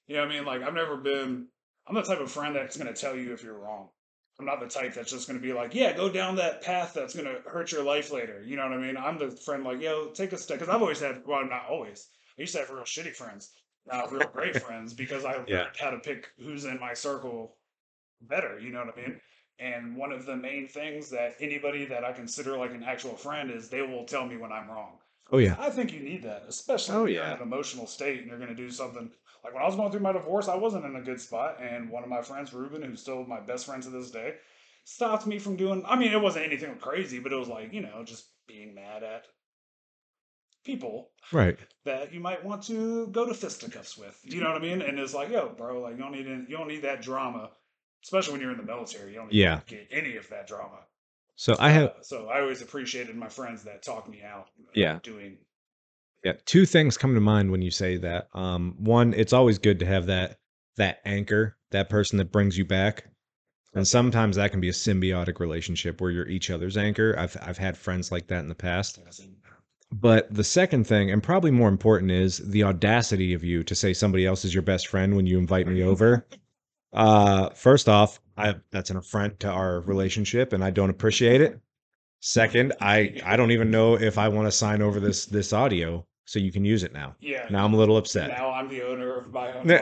you know what i mean like i've never been i'm the type of friend that's gonna tell you if you're wrong i'm not the type that's just gonna be like yeah go down that path that's gonna hurt your life later you know what i mean i'm the friend like yo take a step because i've always had well not always I used to have real shitty friends not real great friends because I learned
Yeah.
how to pick who's in my circle better. You know what I mean? And one of the main things that anybody that I consider like an actual friend is they will tell me when I'm wrong.
Oh yeah.
I think you need that, especially
Oh,
if you're in
yeah.
an emotional state and you're going to do something. Like when I was going through my divorce, I wasn't in a good spot, and one of my friends, Ruben, who's still my best friend to this day, stopped me from doing. I mean, it wasn't anything crazy, but it was like you know just being mad at people
Right.
that you might want to go to fisticuffs with. Do you know what I mean? And it's like, yo, bro, like you don't need any, you don't need that drama, especially when you're in the military. You don't need
Yeah.
to get any of that drama.
So I have
Uh, so I always appreciated my friends that talked me out. uh,
Yeah.
Doing
yeah, two things come to mind when you say that. Um, one, it's always good to have that that anchor, that person that brings you back. And sometimes that can be a symbiotic relationship where you're each other's anchor. I've I've had friends like that in the past. But the second thing, and probably more important, is the audacity of you to say somebody else is your best friend when you invite me over. Uh, first off, I, that's an affront to our relationship, and I don't appreciate it. Second, I I don't even know if I want to sign over this this audio, so you can use it now.
Yeah.
Now I'm a little upset.
Now I'm the owner of my own.
No.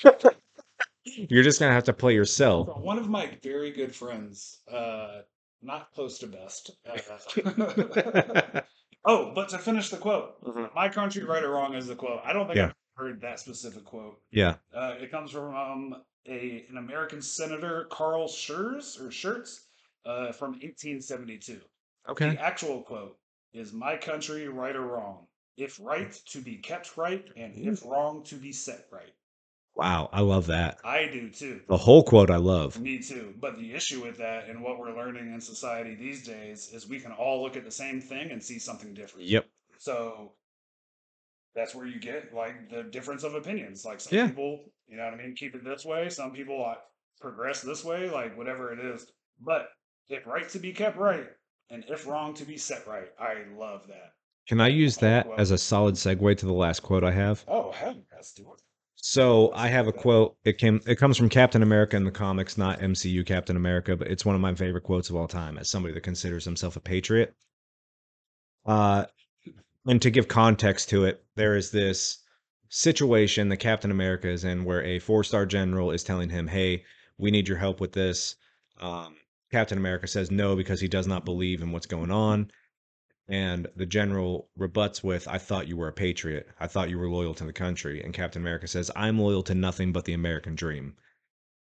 company.
You're just gonna have to play
So
yourself.
One of my very good friends, uh, not close to best. uh, oh, but to finish the quote, my country right or wrong is the quote. I don't think
Mm-hmm. Yeah.
I've heard that specific quote.
yeah.
Uh, it comes from um, a an American senator, Carl Schurz or Schurz, uh, from 1872.
Okay.
The actual quote is "My country, right or wrong. If right, to be kept right, and if wrong, to be set right."
Wow. I love that.
I do too.
The whole quote I love.
Me too. But the issue with that and what we're learning in society these days is we can all look at the same thing and see something different.
Yep.
So that's where you get like the difference of opinions. Like some
Yeah.
people, you know what I mean, keep it this way. Some people like, progress this way, like whatever it is. But if right to be kept right and if wrong to be set right, I love that.
Can I use
Whole
that
quote.
as a solid segue to the last quote I have?
Oh, hell, that's do it.
So I have a quote. It came. It comes from Captain America in the comics, not MCU Captain America, but it's one of my favorite quotes of all time. As somebody that considers himself a patriot, uh, and to give context to it, there is this situation that Captain America is in where a four-star general is telling him, "Hey, we need your help with this." Um, Captain America says no because he does not believe in what's going on. And the general rebuts with, I thought you were a patriot. I thought you were loyal to the country. And Captain America says, I'm loyal to nothing but the American dream.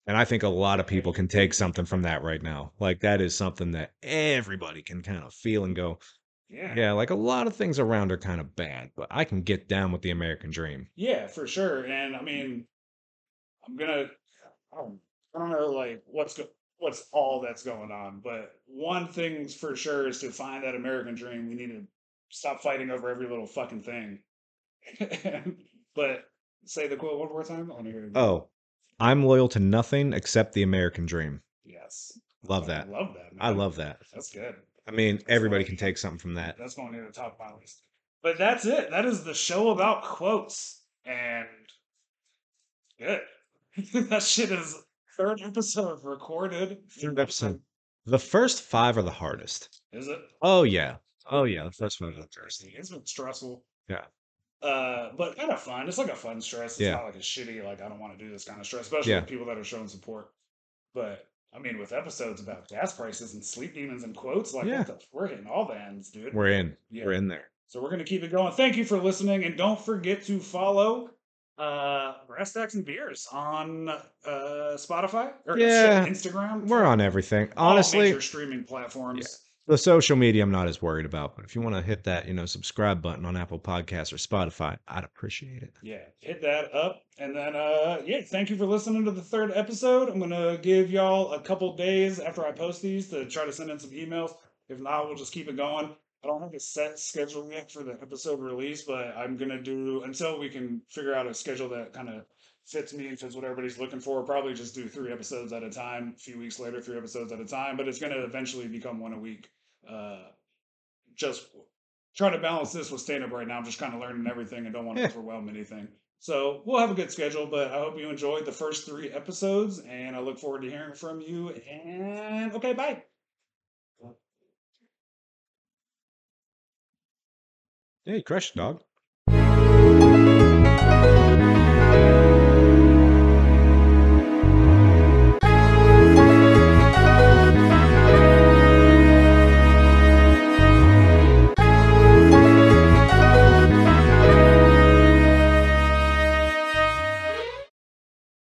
And I think a lot of people can take something from that right now. Like, that is something that everybody can kind of feel and go,
Yeah.
yeah, like a lot of things around are kind of bad, but I can get down with the American dream.
Yeah, for sure. And
Mm.
I mean, I'm gonna, I don't, I don't know, like what's go, what's all that's going on, but one thing's for sure is to find that American dream. We need to stop fighting over every little fucking thing. but say the quote one more time. I wanna hear it.
Oh, I'm loyal to nothing except the American dream.
yes,
Love
Fucking
that.
love that.
I
man.
love that.
That's good.
I mean, everybody can take something from that.
That's going to the top of my list. But that's it. That is the show about quotes. And good. that shit is third episode recorded.
Third episode. The first five are the hardest.
Is it?
Oh yeah. Oh yeah. The first one was interesting.
It's been stressful.
Yeah.
Uh, but kind of fun. It's like a fun stress. It's
Yeah.
not like a shitty, like, I don't want to do this kind of stress, especially
Yeah.
with people that are showing support. But I mean, with episodes about gas prices and sleep demons and quotes, like,
Yeah.
what the, we're hitting all the ends, dude.
We're in.
Yeah.
We're in there.
So we're going to keep it going. Thank you for listening. And don't forget to follow uh Brass Tacks and Beers on uh Spotify or
Yeah.
shit, Instagram.
We're on everything.
all
Honestly,
major streaming platforms.
the social media I'm not as worried about, but if you want to hit that, you know, subscribe button on Apple Podcasts or Spotify, I'd appreciate it.
Yeah. Hit that up. And then uh yeah, thank you for listening to the third episode. I'm gonna give y'all a couple days after I post these to try to send in some emails. If not, we'll just keep it going. I don't have a set schedule yet for the episode release, but I'm gonna do until we can figure out a schedule that kind of fits me and fits what everybody's looking for. Probably just do three episodes at a time. A few weeks later, three episodes at a time. But it's gonna eventually become one a week. Uh, just trying to balance this with stand up right now. I'm just kind of learning everything and don't want to
Yeah.
overwhelm anything. So we'll have a good schedule. But I hope you enjoyed the first three episodes, and I look forward to hearing from you. And okay, bye.
Hey, crush dog.